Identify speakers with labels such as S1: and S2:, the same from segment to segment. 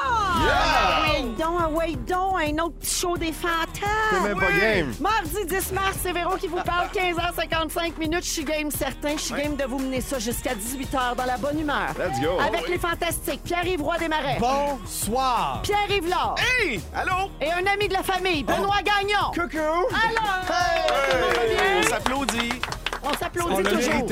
S1: Wait donc, ah, wait donc, un autre petit show des fantômes.
S2: C'est même pas game.
S1: Mardi 10 mars, c'est Véro qui vous parle, 15h55 minutes. Je suis game certain, je suis game de vous mener ça jusqu'à 18h dans la bonne humeur.
S2: Let's go.
S1: Avec les fantastiques Pierre-Yves Roy des Marais,
S3: Bonsoir!
S1: Pierre-Yves Lard
S2: Hey! Allô?
S1: et un ami de la famille, Benoît Gagnon.
S3: Coucou!
S1: Alors,
S2: On s'applaudit.
S1: on s'applaudit toujours.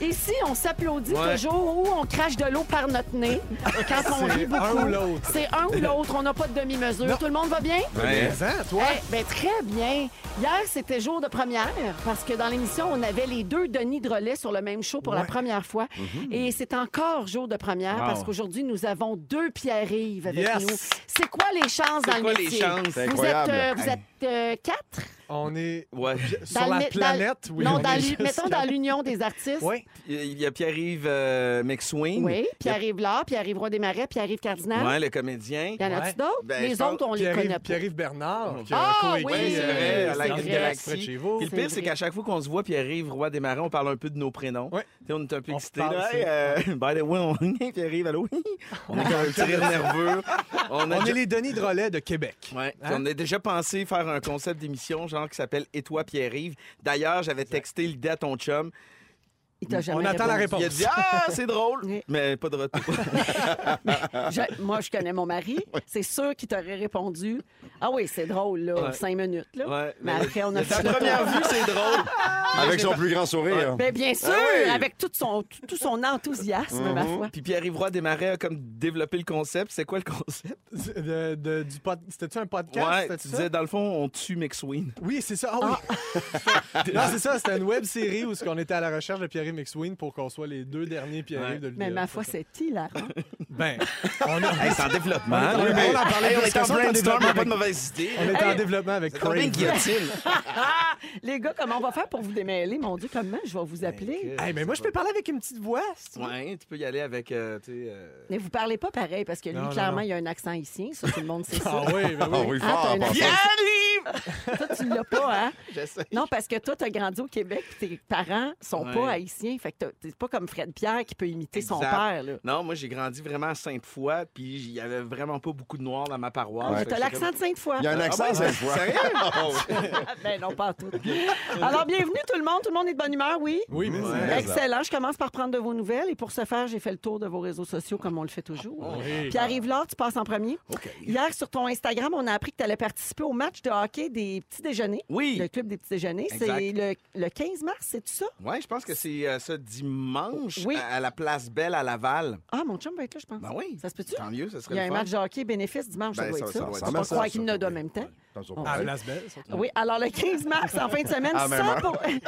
S1: Ici, on s'applaudit toujours ou on crache de l'eau par notre nez quand on rit beaucoup.
S3: un ou l'autre.
S1: C'est un ou l'autre, on n'a pas de demi-mesure. Tout le monde va bien?
S2: Ouais.
S3: Mais, hein, toi?
S1: Eh, ben, très bien. Hier, c'était jour de première parce que dans l'émission, on avait les deux Denis Drolet sur le même show pour la première fois.
S3: Mm-hmm.
S1: Et c'est encore jour de première parce qu'aujourd'hui, nous avons deux Pierre-Yves avec
S3: Yes.
S1: nous. C'est quoi les chances dans
S4: quoi
S1: le
S4: les
S1: métier?
S4: chances?
S2: C'est
S1: Vous êtes,
S2: incroyable.
S1: euh, vous êtes euh, quatre?
S3: On est
S4: Ouais.
S3: sur
S1: Dans le
S3: la
S1: mé- dans le-
S3: planète. oui,
S1: non,
S3: on
S1: dans
S3: est
S1: l'u-
S3: juste
S1: mettons
S3: là.
S1: dans l'Union des artistes.
S3: Oui.
S4: Il y a Pierre-Yves euh, McSween.
S1: Oui, Pierre-Yves Lard, Pierre-Yves Roy Desmarais, Pierre-Yves Cardinal.
S4: Ouais, le comédien.
S1: Il y en a-tu
S3: Ouais.
S1: d'autres?
S4: Ben, je
S1: les
S4: pense-
S1: autres, on les connaît
S3: Pierre-Yves,
S1: pas.
S3: Pierre-Yves Bernard, qui
S1: Ah,
S3: a coécrit
S1: oui,
S4: Ouais, c'est vrai,
S3: euh,
S4: à la
S1: c'est
S4: Grande
S3: Star
S1: vrai.
S3: Trek
S4: Galaxie.
S3: près de chez vous.
S4: Puis le
S1: C'est
S4: pire, c'est
S1: vrai.
S4: qu'à chaque fois qu'on se voit, Pierre-Yves Roy des Marins, on parle un peu de nos prénoms.
S3: Ouais.
S4: Tu sais, On est un peu
S3: On
S4: excités.
S3: se parle,
S4: là.
S3: c'est-
S4: Hey, euh, by the way, on... Pierre-Yves, allô? On est comme un petit rire nerveux. On a
S3: On est
S4: déjà-
S3: les Denis Drolet de Québec.
S4: Ouais. Puis
S3: Hein?
S4: On a déjà pensé faire un concept d'émission, genre qui s'appelle Et toi, Pierre-Yves. D'ailleurs, j'avais texté l'idée à ton chum.
S1: Il t'a jamais
S3: On attend la
S1: répondu.
S3: réponse.
S4: Il a dit Ah, c'est drôle!
S1: Oui.
S4: Mais pas de retour.
S1: Je- moi, je connais mon mari. C'est sûr qu'il t'aurait répondu. Ah oui, c'est drôle, là,
S4: Ouais.
S1: cinq minutes. Là.
S4: Ouais,
S1: mais,
S4: mais-
S1: après, on a
S4: Sa
S1: fait le
S4: première
S1: tour.
S4: vue, c'est drôle.
S1: Ah,
S2: Avec son plus grand sourire.
S1: Ben, bien sûr,
S2: Ah oui. Mhm.
S1: avec tout son, tout, tout son enthousiasme, ma foi.
S4: Puis Pierre-Yves Roy Desmarais a comme développé le concept. C'est quoi le concept?
S3: De- de- du pod- C'était-tu un podcast?
S4: Ouais,
S3: c'était-tu
S4: tu
S3: ça?
S4: disais, dans le fond, on tue McSween.
S3: Oui, c'est ça. Ah, oui. non, c'est ça. C'était une web série où on était à la recherche de Pierre-Yves McSween pour qu'on soit les deux derniers Pierre-Yves
S4: Ouais.
S3: de l'univers.
S1: Mais ma foi, c'est hilarant.
S3: Ben, on, a-
S4: c'est en développement.
S3: Oui, mais-
S4: on en parlait
S3: Hey, on
S4: plus
S3: est
S4: que
S3: en
S4: ça, t'as dit,
S3: brainstorm,
S4: on a
S3: avec-
S4: pas de mauvaise idée.
S3: on est en développement avec
S4: Combien de
S3: Crave.
S4: guillotine?
S1: Ah! Les gars, comment on va faire pour vous démêler? Mon Dieu, comment je vais
S4: Ben,
S1: vous appeler?
S3: Hey, mais moi, je peux parler avec une petite voix. c'est-
S4: Ouais, tu peux y aller avec. euh, tu sais, euh,
S1: Mais vous parlez pas pareil, parce que lui,
S3: Non, non,
S1: clairement,
S3: non.
S1: il y a un accent haïtien. Ça, tout le monde sait ça.
S3: Ah oui, ben
S2: Ah
S3: oui.
S2: oui,
S1: Ah, t'as
S2: fort,
S1: un
S2: par
S1: accent.
S2: contre.
S1: Toi, tu l'as pas, hein?
S4: J'essaie.
S1: Non, parce que toi, t'as grandi au Québec, puis tes parents sont
S4: Ouais.
S1: pas haïtiens. Fait que t'as- t'es pas comme Fred Pierre qui peut imiter son
S4: Exact.
S1: père, là.
S4: Non, moi, j'ai grandi vraiment à Sainte-Foy, puis il y avait vraiment pas beaucoup de noirs dans ma paroisse. Fait que
S1: T'as
S4: j'étais
S1: l'accent de Sainte-Foy.
S2: Il y a un accent
S4: ouais,
S2: cette fois.
S1: Ben non, pas à tout. Alors, bienvenue tout le monde. Tout le monde est de bonne humeur, oui?
S3: Oui, mais c'est-
S1: Excellent. Je commence par prendre de vos nouvelles. Et pour ce faire, j'ai fait le tour de vos réseaux sociaux comme on le fait
S4: Ah,
S1: toujours. Puis arrive là, tu passes en premier. Hier, sur ton Instagram, on a appris que tu allais participer au match de hockey des petits déjeuners.
S4: Oui.
S1: Le club des petits déjeuners.
S4: Exact.
S1: C'est le, le 15 mars, c'est ça?
S4: Oui, je pense que c'est euh, ce dimanche
S1: Oui.
S4: à, à la place Belle à Laval.
S1: Ah, mon chum va être là, je pense.
S4: Ben oui.
S1: Ça se peut-tu?
S4: Tant mieux, ça serait
S1: Il y a un
S4: le fun.
S1: match de hockey bénéfice dimanche, ça
S4: Ben,
S1: doit
S4: ça-
S1: être
S4: ça
S1: ça.
S4: doit être
S1: On
S2: ça.
S1: va
S2: Ça,
S1: croire
S2: ça,
S1: qu'il y en
S2: ça,
S1: a deux en
S2: oui.
S1: même temps.
S3: À la place belle. surtout.
S1: Oui, alors le 15 mars, en fin de semaine,
S2: Ah, même
S1: 100,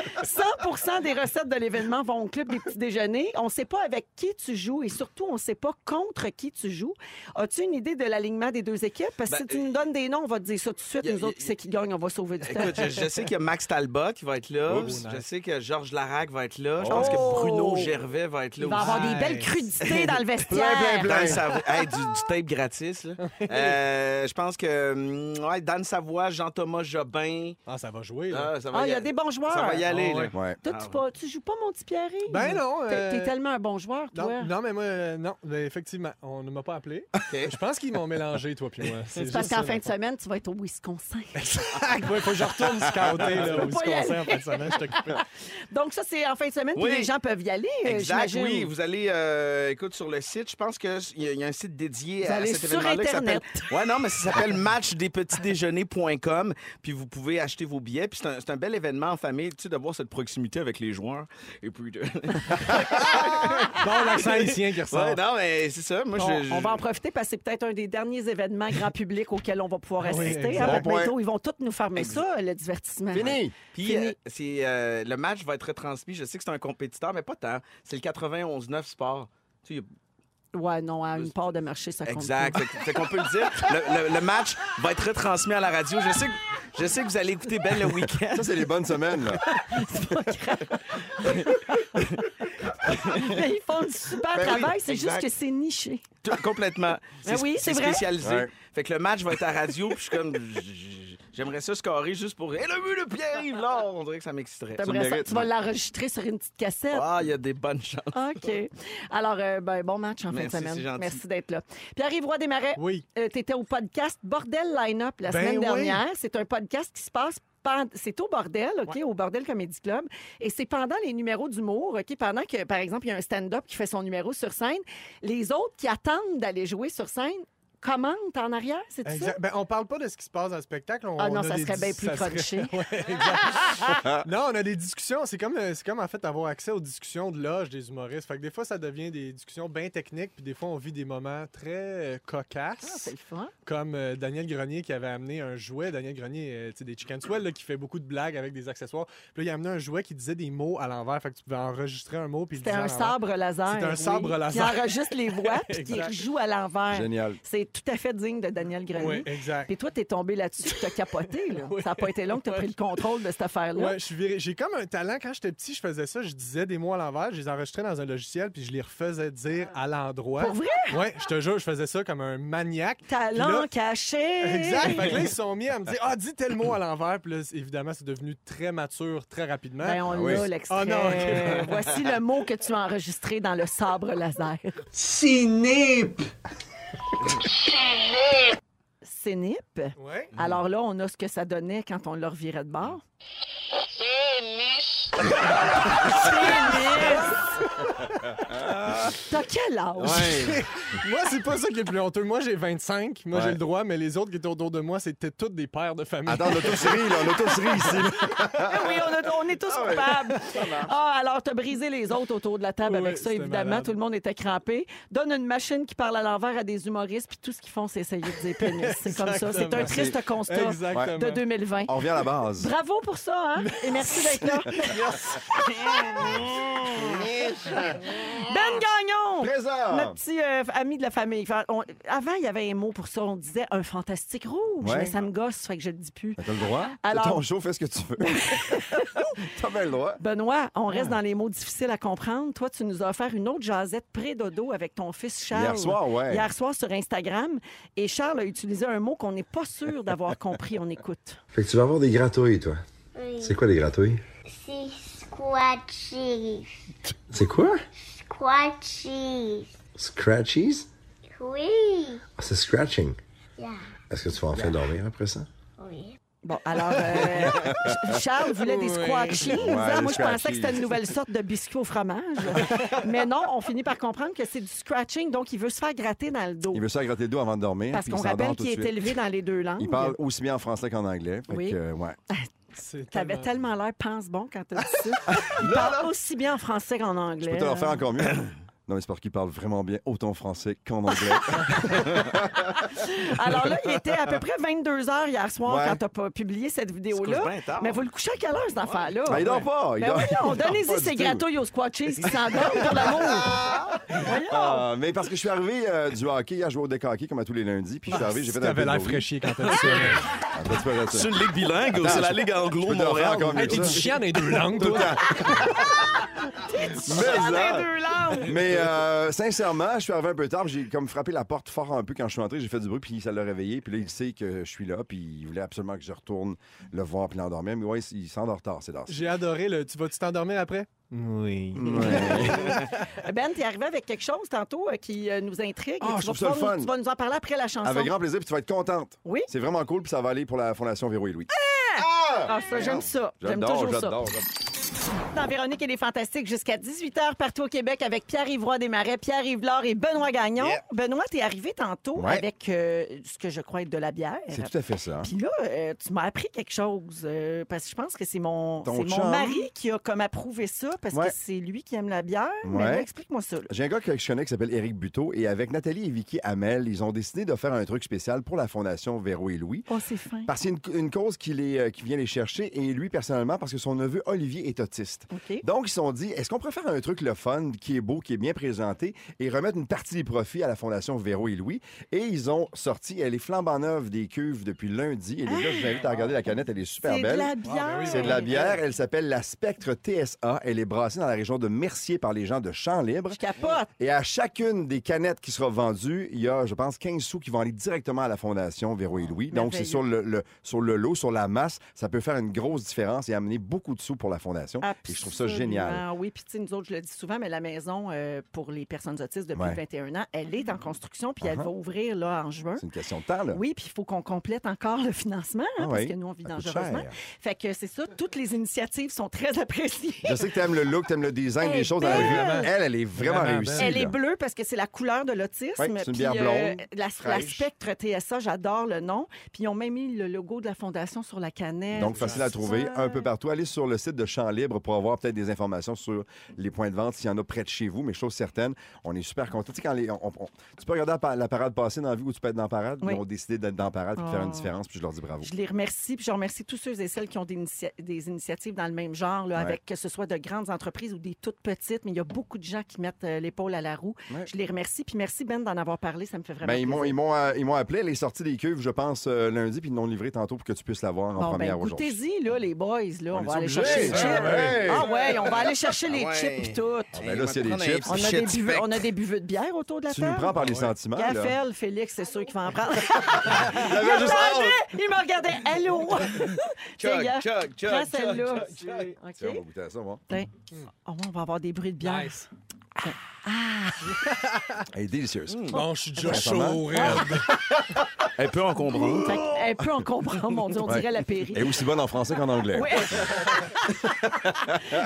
S1: pour- 100 des recettes de l'événement vont au club des petits déjeuners. On ne sait pas avec qui tu joues et surtout, on ne sait pas contre qui tu joues. As-tu une idée de l'alignement des deux équipes? Parce que
S4: Ben,
S1: si tu nous donnes des noms, on va te dire ça tout de suite.
S4: y a-
S1: nous autres, qui
S4: y a-
S1: c'est qui gagne, on va sauver du temps.
S4: Écoute, je, je sais qu'il y a Max Talbot qui va être là.
S3: Oups.
S4: Je sais que Georges Larac va être là. Je pense que Bruno Gervais va être là
S1: Il va y
S4: aussi.
S1: avoir des belles
S3: Nice.
S1: crudités dans le vestiaire.
S4: Dan Savoie- Hey, du, du tape gratis. là. Euh, je pense que hum, ouais, Dan Savoie, Jean-Thomas Jobin.
S3: Ah, ça va jouer. là.
S4: Ah, ça va
S1: Ah, il y a
S4: a-
S1: des bons joueurs.
S4: Ça va y aller.
S3: Ah,
S4: là.
S3: ouais.
S2: Ouais.
S1: Toi, tu, pas- tu joues pas, mon petit Pierre?
S3: Ben non, euh,
S1: T'es tellement un bon joueur, toi.
S3: Non, non, mais moi, euh, non, mais effectivement, on ne m'a pas appelé. Je pense qu'ils m'ont mélangé, toi puis moi.
S1: C'est parce qu'en fin de
S3: semaine.
S1: semaine, tu vas être au Wisconsin.
S3: Il faut que je retourne scouter là, au
S1: peux pas y
S3: Wisconsin en fin de semaine. Je t'occupe.
S1: Donc, ça, c'est en fin de semaine, puis
S4: Oui.
S1: les gens peuvent y aller. euh,
S4: Exact,
S1: j'imagine.
S4: oui. Vous allez, euh, écoute, sur le site, je pense qu'il y, a- il y a un site dédié
S1: Vous
S4: à
S1: allez
S4: cet
S1: sur
S4: événement-là. qui
S1: Internet.
S4: s'appelle- Ouais, non, mais ça s'appelle matchdespetitsdéjeuners.com. Puis vous pouvez acheter vos billets. Puis c'est un, c'est un bel événement en famille, tu sais, d'avoir cette proximité avec les joueurs. Et puis. de-
S3: Bon, l'accent haïtien qui ressort.
S4: Ouais, non, mais c'est ça. Moi,
S1: On,
S4: je, je-
S1: on va en profiter parce que c'est peut-être un des derniers événements grand public auquel on va pouvoir
S3: Ah oui,
S1: assister.
S3: exact.
S1: hein,
S2: Bon
S1: bientôt,
S2: point.
S1: ils vont vont toutes nous fermer ça, le divertissement.
S2: Fini.
S4: Puis
S1: Fini.
S4: euh, c'est, euh, le match va être retransmis. Je sais que c'est un compétiteur, mais pas tant. C'est le 91-9 Sport. Tu sais, il y a-
S1: Ouais, non, à une part de marché, ça compte.
S4: Exact. Fait que- fait qu'on peut le dire. Le, le- le match va être retransmis à la radio. Je sais que, je sais que vous allez écouter Ben le week-end.
S2: Ça, c'est les bonnes semaines, là.
S1: pas. Ils font du super
S4: Ben oui,
S1: travail, c'est juste
S4: exact.
S1: que c'est niché.
S4: Tout- complètement.
S1: Ben oui, c'est vrai.
S4: spécialisé.
S2: Ouais.
S4: Fait que le match va être à radio. Puis je suis comme, j- j- j'aimerais ça scorer juste pour. Et le but de Pierre-Yves Laure! On dirait que ça m'exciterait.
S1: T'aimerais ça-
S2: mérites,
S1: tu vas
S2: non?
S1: l'enregistrer sur une petite cassette.
S4: Ah, il y a des bonnes chances.
S1: OK. Alors, euh, ben, bon match en
S4: Merci,
S1: fin de
S4: c'est
S1: semaine.
S4: gentil.
S1: Merci d'être là. Pierre-Yves Roy Desmarais,
S3: Oui.
S1: euh, tu étais au podcast Bordel Line-Up la
S3: Ben
S1: semaine
S3: oui.
S1: dernière. C'est un podcast qui se passe pen- c'est au bordel, OK, au Bordel Comedy Club. Et c'est pendant les numéros d'humour, OK, pendant que, par exemple, il y a un stand-up qui fait son numéro sur scène, les autres qui attendent d'aller jouer sur scène commentent en arrière, c'est ça?
S3: Exact. Ben, on parle pas de ce qui se passe dans le spectacle. On,
S1: Ah non,
S3: on a
S1: ça
S3: des
S1: serait bien
S3: dis-
S1: plus
S3: ça
S1: crunchy.
S3: Ouais, exact. non, on a des discussions. C'est comme, euh, c'est comme, en fait, avoir accès aux discussions de loge des humoristes. Fait que des fois, ça devient des discussions bien techniques, puis des fois, on vit des moments très euh,
S1: Ah,
S3: cocasses.
S1: c'est le fun.
S3: comme euh, Daniel Grenier qui avait amené un jouet. Daniel Grenier, euh, tu sais, des Chicken Swell, là, qui fait beaucoup de blagues avec des accessoires. Puis là, il a amené un jouet qui disait des mots à l'envers. Fait que tu pouvais enregistrer un mot. puis
S1: C'était un
S3: sable.
S1: sabre laser.
S3: C'était un
S1: oui,
S3: sabre laser.
S1: Qui enregistre les voix puis qui
S3: Exact.
S1: joue à l'envers.
S2: Génial.
S1: C'est tout à fait digne de Daniel Grenier.
S3: Oui, exact.
S1: Puis toi, t'es tombé là-dessus, puis t'as capoté. Là. Ça n'a pas été long que t'as pris le contrôle de cette affaire-là.
S3: Ouais, je suis viré. J'ai comme un talent. Quand j'étais petit, je faisais ça. Je disais des mots à l'envers. Je les enregistrais dans un logiciel, puis je les refaisais dire à l'endroit.
S1: Pour vrai?
S3: Ouais, je te jure, je faisais ça comme un maniaque.
S1: Talent
S3: Puis là-
S1: caché.
S3: Exact. Fait que là, ils se sont mis à me dire Ah, dis tel mot à l'envers. Puis là, c'est- évidemment, c'est devenu très mature très rapidement.
S1: Ben, on
S2: Ah oui.
S1: l'a, l'extrait.
S3: Ah non, ok.
S1: Voici le mot que tu as enregistré dans le sabre laser.
S5: Sinip!
S1: Cénip.
S3: Ouais.
S1: Alors là, on a ce que ça donnait quand on le revirait de bord. Cénis. T'as quel âge?
S3: Moi, c'est pas ça qui est le plus honteux. Moi, j'ai 25. Moi,
S2: Ouais.
S3: j'ai le droit, mais les autres qui étaient autour de moi, c'était toutes des pères de famille.
S2: Attends, l'auto-série, là, l'auto-série ici. là.
S1: Ah oui, on, a- on est tous coupables. Ah, alors, t'as brisé les autres autour de la table
S3: Oui,
S1: avec ça,
S3: c'était
S1: évidemment.
S3: malade.
S1: Tout le monde était crampé. Donne une machine qui parle à l'envers à des humoristes, puis tout ce qu'ils font, c'est essayer de dire pénis. C'est comme ça. C'est un
S3: Exactement.
S1: triste constat
S3: Exactement.
S1: de 2020.
S2: On revient à la base.
S1: Bravo pour ça, hein? Et merci d'être là. ben Gagnon!
S2: Trésor.
S1: Notre petit euh, ami de la famille. Enfin, on- avant, il y avait un mot pour ça. On disait un fantastique rouge,
S2: Ouais. Ben,
S1: mais ça me gosse, fait que je le dis plus.
S2: T'as le droit?
S1: Alors-
S2: C'est ton show, fais ce que tu veux. T'as bien le droit.
S1: Benoît, on reste
S2: Ah.
S1: dans les mots difficiles à comprendre. Toi, tu nous as offert une autre jasette pré-dodo avec ton fils Charles.
S2: Hier soir, ouais.
S1: Hier soir sur Instagram. Et Charles a utilisé un mot qu'on n'est pas sûr d'avoir compris. On écoute.
S6: Fait que tu vas avoir des gratouilles, toi.
S7: Oui.
S6: C'est quoi des gratouilles?
S7: C'est squatchy.
S6: C'est quoi?
S7: Squatchy.
S6: Scratchies?
S7: Oui.
S6: Ah, c'est scratching.
S7: Yeah.
S6: Est-ce que tu vas enfin dormir après ça?
S7: Oui.
S1: Bon, alors, euh, Ch- Charles voulait des squatchies.
S2: Ouais,
S1: Moi,
S2: des
S1: je pensais que
S2: squatchies.
S1: c'était une nouvelle sorte de biscuit au fromage. Mais non, on finit par comprendre que c'est du scratching, donc il veut se faire gratter dans le dos.
S2: Il veut ça gratter le dos avant de dormir.
S1: Parce
S2: puis
S1: qu'on
S2: il s'endort
S1: rappelle
S2: tout
S1: qu'il
S2: de
S1: est
S2: suite.
S1: élevé dans les deux langues.
S2: Il parle aussi bien en français qu'en anglais. Fait
S1: Oui.
S2: que, euh, ouais.
S3: C'est
S1: T'avais
S3: tellement-
S1: tellement l'air pense-bon quand t'as dit ça. Il parle aussi bien en français qu'en anglais.
S2: Je peux te le faire encore mieux. Non, mais c'est parce qu'il parle vraiment bien autant français qu'en anglais.
S1: Alors là, il était à peu près 22 heures hier soir
S2: Ouais.
S1: quand t'as pas publié cette
S4: Il se couche
S1: vidéo-là.
S4: bien tard.
S1: Mais vous le couchez à quelle heure, cet enfant-là?
S2: Ben, il dort pas. Il
S1: Ben
S2: dort,
S1: voyons,
S2: il dort pas
S1: donnez-y
S2: du
S1: ces
S2: tout.
S1: gratouilles aux squat cheese qui s'endorment pour l'amour. voyons.
S2: Ah, mais parce que je suis arrivé euh, du hockey, à jouer au deck hockey comme à tous les lundis, puis je suis arrivé, Ah j'ai fait un peu
S3: Ah, T'avais
S2: de
S3: l'air
S2: bruit.
S3: fraîchier quand t'as dit ça. là.
S2: Ah, ben, tu peux arrêter.
S4: une ligue bilingue ou c'est la ligue
S2: Je peux te le faire
S4: anglo-montréal?
S2: encore mieux
S3: Hey,
S2: que
S3: T'es du
S2: ça.
S3: chien dans les deux langues,
S2: Tout le
S3: toi.
S2: temps. Mais
S1: Dans les
S2: ça.
S1: deux langues.
S2: Mais euh, sincèrement, je suis arrivé un peu tard, j'ai comme frappé la porte fort un peu quand je suis entré, j'ai fait du bruit, puis ça l'a réveillé, puis là, il sait que je suis là, puis il voulait absolument que je retourne le voir, puis l'endormir, mais ouais, il s'endort tard, c'est dans
S3: J'ai adoré le. Tu vas-tu t'endormir après? Oui.
S1: Ben, t'es arrivé avec quelque chose tantôt euh, qui euh, nous intrigue.
S2: Ah,
S1: et tu,
S2: je
S1: vas
S2: trouve ça le
S1: pouvoir nous-
S2: fun.
S1: tu vas nous en parler après la chanson.
S2: Avec grand plaisir, puis tu vas être contente.
S1: Oui.
S2: C'est vraiment cool, puis ça va aller pour la Fondation Véro et Louis.
S1: Ah, ça, j'aime ça. J'aime
S2: J'adore,
S1: toujours ça.
S2: j'adore.
S1: Dans Véronique et les Fantastiques jusqu'à 18h partout au Québec avec Pierre-Yvroy Desmarais, Pierre-Yves Laure et Benoît Gagnon.
S4: Yeah.
S1: Benoît, t'es arrivé tantôt
S2: Ouais.
S1: avec euh, ce que je crois être de la bière.
S2: C'est tout à fait ça. hein.
S1: Puis là, euh, tu m'as appris quelque chose euh, parce que je pense que c'est mon,
S2: Ton
S1: c'est mon
S2: chum.
S1: mari qui a comme approuvé ça parce
S2: Ouais.
S1: que c'est lui qui aime la bière. Mais
S2: Ouais.
S1: là, explique-moi ça. là.
S2: J'ai un gars que je connais qui s'appelle Éric Buteau et avec Nathalie et Vicky Hamel, ils ont décidé de faire un truc spécial pour la Fondation Véro et Louis.
S1: Oh, c'est fin.
S2: Parce qu'il y a une, une cause qui, les, euh, qui vient les chercher et lui personnellement parce que son neveu Olivier est autiste.
S1: OK.
S2: Donc ils se sont dit, est-ce qu'on pourrait faire un truc le fun, qui est beau, qui est bien présenté et remettre une partie des profits à la Fondation Véro et Louis? Et ils ont sorti, elle est flambant neuve des cuves depuis lundi et les gars, je vous invite à regarder la canette, elle est super
S1: Ah! C'est de
S2: belle.
S1: la bière.
S3: Ah, ben oui,
S2: C'est de la bière, elle s'appelle la Spectre TSA. Elle est brassée dans la région de Mercier par les gens de Champs Libre.
S1: Je capote.
S2: Et à chacune des canettes qui sera vendue, il y a, je pense, 15 sous qui vont aller directement à la Fondation Véro et Louis. Donc, c'est sur le, le- sur le lot, sur la masse. Ça peut faire une grosse différence et amener beaucoup de sous pour la Fondation. Et je trouve ça génial.
S1: Absolument, Ah Oui, puis tu sais, nous autres, je le dis souvent, mais la maison euh, pour les personnes autistes de plus
S2: Ouais.
S1: de 21 ans, elle est en construction, puis elle
S2: Uh-huh.
S1: va ouvrir là en juin.
S2: C'est une question de temps, là.
S1: Oui, puis il faut qu'on complète encore le financement, hein,
S2: Ah
S1: parce
S2: oui,
S1: que nous, on vit
S2: ça coûte
S1: dangereusement.
S2: cher.
S1: Fait que c'est ça, toutes les initiatives sont très appréciées.
S2: Je sais que t'aimes le look, t'aimes le design
S1: Elle est
S2: des choses dans la
S1: belle.
S2: vie. Elle, elle est vraiment
S3: Vraiment
S2: réussie.
S1: Elle est
S2: là.
S1: bleue parce que c'est la couleur de l'autisme.
S2: Ouais, c'est
S1: Puis,
S2: une bière
S1: euh,
S2: blonde,
S1: la, la
S2: fraîche.
S1: Spectre TSA, j'adore le nom. Puis ils ont même mis le logo de la fondation sur la canette.
S2: Donc, facile à
S1: Ça,
S2: trouver un peu partout. Allez sur le site de Champ Libre pour avoir peut-être des informations sur les points de vente, s'il y en a près de chez vous. Mais chose certaine, on est super contents. Tu sais, quand les, on- on- tu peux regarder la pa- la parade passer dans la vie ou tu peux être dans la parade.
S1: Oui.
S2: Ils ont décidé d'être dans la parade et de faire une
S1: Oh.
S2: différence. Puis je leur dis bravo.
S1: Je les remercie, puis je remercie tous ceux et celles qui ont des, initia- des initiatives dans le même genre, là,
S2: Ouais.
S1: avec que ce soit de grandes entreprises ou des toutes petites, mais il y a beaucoup de gens qui mettent euh, l'épaule à la roue.
S2: Ouais.
S1: Je les remercie, puis merci Ben d'en avoir parlé, ça me fait vraiment
S2: Ben, ils m'ont-
S1: plaisir.
S2: ils m'ont euh, ils m'ont appelé, les sorties des cuves, je pense, euh, lundi, puis ils l'ont livré tantôt pour que tu puisses l'avoir en
S1: Bon,
S2: première
S1: ben,
S2: aujourd'hui.
S1: goûtez-y, là, les boys, là, on,
S2: est
S1: va aller
S2: obligés,
S1: chercher les
S2: ça,
S1: chips.
S2: ouais.
S1: Ah ouais, on va aller chercher les
S4: Ah ouais.
S1: chips, puis tout.
S2: ben là, s'il y a des chips,
S1: On a, des buveux, on a des buveux de bière autour de la
S2: Tu nous
S1: table.
S2: prends par les sentiments. là.
S1: Gaffel, Félix, c'est sûr qu'il va en prendre.
S2: J'avais
S1: Il
S2: juste
S1: regardait,
S2: hâte.
S1: il me regardait. Allô? Tiens, gars, prends celle-là.
S2: Tiens, on va
S1: OK.
S2: goûter à ça, bon.
S1: Tiens. Oh, on va avoir des bruits de bière.
S3: Nice.
S2: Elle est délicieuse.
S1: Mmh.
S3: Bon, je suis déjà
S2: Sincèrement.
S3: chaud, raide.
S4: Un peu encombrante.
S1: Fait que, un peu en comprend, mon Dieu, on
S2: Ouais. Eh
S1: dirait la péri.
S2: Elle est aussi bonne en français qu'en anglais.
S1: Oui.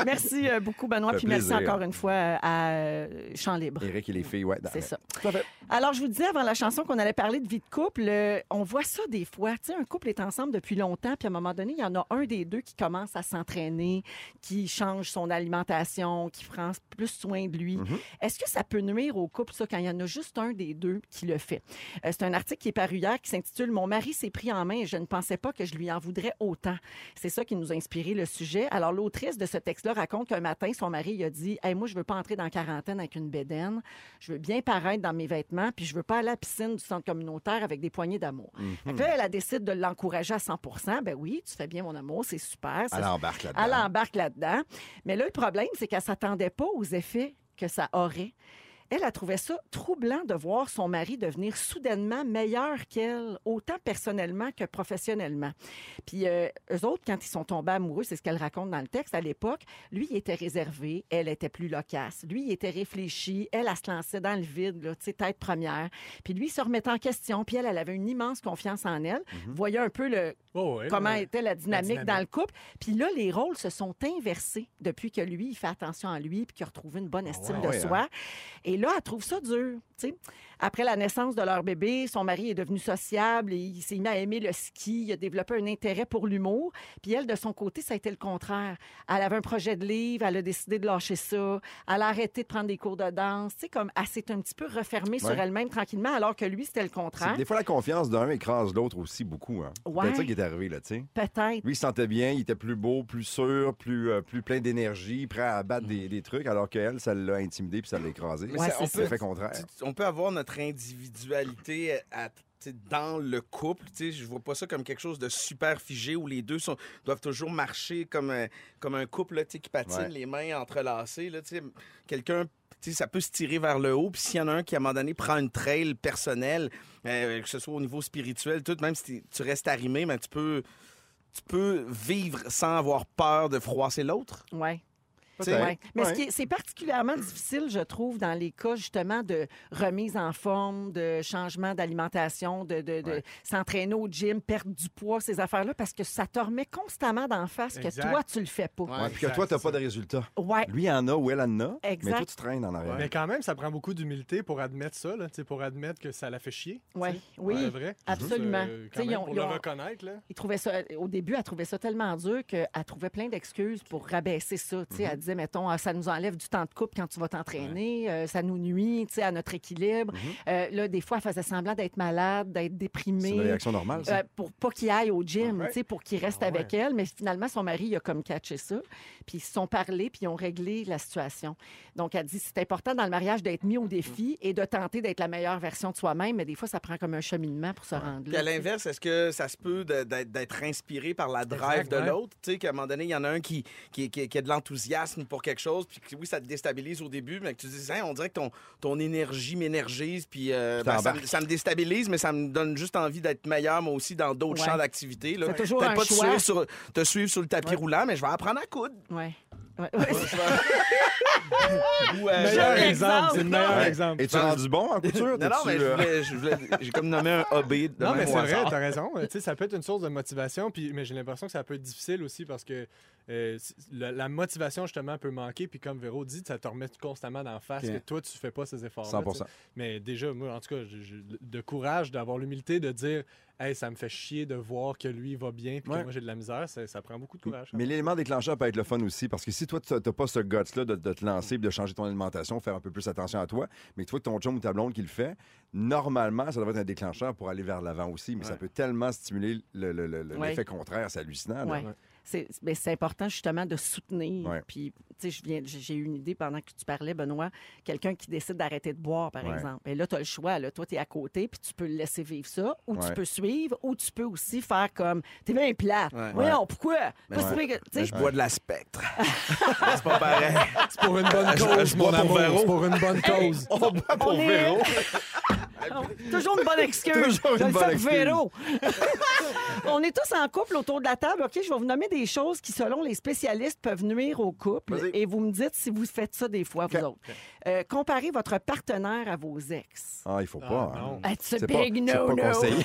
S1: merci euh, beaucoup, Benoît.
S2: Ça fait
S1: Puis merci
S2: plaisir.
S1: encore une fois euh, à euh, Champ Libre.
S2: Eric et les filles, ouais.
S1: C'est ça.
S2: Tout à fait.
S1: Alors, je vous disais avant la chanson qu'on allait parler de vie de couple. euh, on voit ça des fois. Tu sais, un couple est ensemble depuis longtemps, puis à un moment donné, il y en a un des deux qui commence à s'entraîner, qui change son alimentation, qui prend plus soin de lui. Est-ce que ça peut nuire au couple, ça, quand il y en a juste un des deux qui le fait? Euh, c'est un article qui est paru hier qui s'intitule Mon mari s'est pris en main et je ne pensais pas que je lui en voudrais autant. C'est ça qui nous a inspiré le sujet. Alors, l'autrice de ce texte-là raconte qu'un matin, son mari il a dit Hey, Moi, je veux pas entrer dans la quarantaine avec une bédaine. Je veux bien paraître dans mes vêtements, puis je veux pas aller à la piscine du centre communautaire avec des poignées d'amour. Fait que là, elle, elle décide de l'encourager à 100 Ben oui, tu fais bien mon amour, c'est super. Ça,
S2: Elle embarque là-dedans.
S1: elle embarque là-dedans. Mais là, le problème, c'est qu'elle s'attendait pas aux effets que ça aurait. Elle a trouvé ça troublant de voir son mari devenir soudainement meilleur qu'elle, autant personnellement que professionnellement. Puis euh, eux autres, quand ils sont tombés amoureux, c'est ce qu'elle raconte dans le texte à l'époque, lui, il était réservé, elle était plus loquace. Lui, il était réfléchi, elle, elle se lançait dans le vide, là, tu sais, tête première. Puis lui, il se remettait en question, puis elle, elle avait une immense confiance en elle. Voyait un peu le,
S3: Oh, ouais,
S1: comment
S3: ouais.
S1: était la dynamique,
S3: dynamique.
S1: dans le couple. Puis là, les rôles se sont inversés depuis que lui, il fait attention à lui puis qu'il a retrouvé une bonne estime
S2: Ah ouais, hein.
S1: de
S2: ouais,
S1: soi. Et là, elle trouve ça dur. tu sais. Après la naissance de leur bébé, son mari est devenu sociable et il s'est mis à aimer le ski. Il a développé un intérêt pour l'humour. Puis elle, de son côté, ça a été le contraire. Elle avait un projet de livre, elle a décidé de lâcher ça. Elle a arrêté de prendre des cours de danse. Tu sais, comme elle s'est un petit peu refermée sur
S2: Ouais.
S1: elle-même tranquillement, alors que lui, c'était le
S2: C'est que
S1: contraire.
S2: Des fois, la confiance d'un écrase l'autre aussi beaucoup. Hein. C'est
S1: Ouais.
S2: peut-être ça qui est arrivé, là, tu sais.
S1: Peut-être.
S2: Lui, il se sentait bien, il était plus beau, plus sûr, plus, euh, plus plein d'énergie, prêt à battre
S1: Mm.
S2: des, des trucs, alors qu'elle, ça l'a intimidé puis ça l'a écrasé.
S4: Mais Ouais, ça- c'est
S2: on
S4: ça.
S2: peut fait contraire.
S4: Tu- on peut avoir notre individualité euh, à- tu sais, dans le couple. Tu sais, Je vois pas ça comme quelque chose de super figé où les deux sont, doivent toujours marcher comme un, comme un couple là, tu sais, qui patine,
S2: Ouais.
S4: les mains entrelacées. là, tu sais. Quelqu'un, tu sais, ça peut se tirer vers le haut. Puis s'il y en a un qui, à un moment donné, prend une trail personnelle, euh, que ce soit au niveau spirituel, tout, même si t'es- tu restes arrimé, mais tu peux... Tu peux vivre sans avoir peur de froisser l'autre.
S1: Ouais.
S4: tu sais.
S2: Ouais.
S1: Ouais. Mais ce qui est- c'est particulièrement difficile, je trouve, dans les cas justement de remise en forme, de changement d'alimentation, de, de- de s'entraîner au gym, perdre du poids, ces affaires-là, parce que ça te remet constamment d'en face que
S3: Exact.
S1: toi, tu le fais pas.
S4: Ouais.
S2: Ouais, puis que toi, t'as pas de résultat.
S1: Ouais.
S2: Lui en a ou elle en a, mais
S1: Exact.
S2: toi, tu traînes en arrière.
S3: Mais quand même, ça prend beaucoup d'humilité pour admettre ça, là, tu sais, pour admettre que ça l'a fait chier. tu sais,
S1: Ouais. Oui,
S3: pour de vrai.
S1: absolument.
S3: Euh,
S1: Tu sais,
S3: quand
S1: ils
S3: même,
S1: ont-
S3: pour
S1: ils
S3: le
S1: ont-
S3: reconnaître, là.
S1: Il trouvait ça, au début, elle trouvait ça tellement dur qu'elle trouvait plein d'excuses pour rabaisser ça. Tu sais, Elle disait, mettons, Ah, ça nous enlève du temps de couple quand tu vas t'entraîner, euh, ça nous nuit tu sais, à notre équilibre. Euh, là, des fois, elle faisait semblant d'être malade, d'être
S2: C'est une
S1: déprimée.
S2: réaction normale, ça.
S1: euh, pour pas qu'il aille au gym,
S3: Ah ouais.
S1: tu sais, pour qu'il reste
S3: Ah ouais.
S1: avec elle. Mais finalement, son mari, il a comme catché ça. Puis ils se sont parlé, puis ils ont réglé la situation. Donc, elle dit, c'est important dans le mariage d'être mis au
S3: Mm-hmm.
S1: défi et de tenter d'être la meilleure version de soi-même. Mais des fois, ça prend comme un cheminement pour se rendre
S4: Puis
S1: là.
S4: à l'inverse, est-ce que ça se peut de- d'être d'être inspiré par la drive
S3: Exact,
S4: de
S3: ouais.
S4: l'autre? Tu sais, qu'à un moment donné, il y en a un qui, qui, qui- qui a de l'enthousiasme pour quelque chose, puis que oui, ça te déstabilise au début, mais que tu te dis, Hein, on dirait que ton, ton énergie m'énergise, puis euh,
S2: Tu
S4: ben, ça, me-
S2: t'embarques.
S4: ça me déstabilise, mais ça me donne juste envie d'être meilleur, moi aussi, dans d'autres
S1: Ouais.
S4: champs d'activité. là.
S1: C'est toujours
S4: Peut-être
S1: un
S4: pas te
S1: choix.
S4: suivre, sur, te suivre sur le tapis roulant, mais je vais apprendre à coudre.
S1: Ouais. Ouais. Ouais.
S4: Ou, euh,
S3: Meilleur
S4: je-
S3: exemple, c'est le meilleur
S2: Ouais.
S3: exemple.
S2: Es-tu rendu bon en couture?
S4: Non, non,
S2: T'es-tu,
S4: mais je
S2: euh,
S4: voulais- je voulais- j'ai comme nommé un OB de
S3: Non,
S4: même
S3: mais
S4: au
S3: c'est vrai,
S4: hasard.
S3: t'as raison. Euh, tu sais, ça peut être une source de motivation, puis, mais j'ai l'impression que ça peut être difficile aussi parce que euh, c- la, la motivation, justement, peut manquer. Puis comme Véro dit, ça te remet constamment d'en face
S4: Ok.
S3: que toi, tu fais pas ces efforts-là.
S2: 100%.
S3: tu sais. Mais déjà, moi, en tout cas, j'ai- j'ai de courage, d'avoir l'humilité de dire Hey, ça me fait chier de voir que lui va bien, puis
S2: Ouais.
S3: que moi, j'ai de la misère. Ça, ça prend beaucoup de courage.
S2: Mais l'élément déclencheur peut être le fun aussi, parce que si toi, tu n'as pas ce guts-là de, de te lancer, puis de changer ton alimentation, faire un peu plus attention à toi, mais que toi, ton chum ou ta blonde qui le fait, normalement, ça devrait être un déclencheur pour aller vers l'avant aussi, mais ça peut tellement stimuler le- le- le- le- l'effet
S1: Ouais.
S2: contraire, c'est hallucinant. là.
S1: Ouais. C'est ben, c'est important justement de soutenir.
S2: Ouais.
S1: Puis, tu sais, je viens- j'ai j'ai eu une idée pendant que tu parlais, Benoît, quelqu'un qui décide d'arrêter de boire, par
S2: Ouais.
S1: exemple. Et là, tu as le choix. Là. Toi, tu es à côté, puis tu peux le laisser vivre ça, ou
S2: Ouais.
S1: tu peux suivre, ou tu peux aussi faire comme t'es bien plate.
S4: Ouais.
S1: Voyons, pourquoi? Pas si
S4: ouais.
S1: pire que- tu sais,
S4: Mais je bois de la spectre. c'est pas pareil.
S3: C'est pour une bonne
S4: Je-
S3: cause,
S4: je
S3: mon
S4: bois pour
S3: amour.
S4: Véro. oh
S3: C'est pour une bonne cause.
S1: on est- Toujours une bonne excuse.
S2: Toujours une
S1: Je le
S2: bonne
S1: fais pour Véro. On est tous en couple autour de la table. OK, je vais vous nommer des choses qui, selon les spécialistes, peuvent nuire au couple.
S2: Vas-y.
S1: Et vous me dites si vous faites ça des fois, vous
S2: OK.
S1: autres. Euh, comparez votre partenaire à vos ex.
S2: Ah, il faut
S3: Ah,
S2: pas.
S3: non.
S2: hein.
S1: That's a
S2: C'est pas,
S1: big
S2: c'est pas
S1: no-no.
S2: conseillé.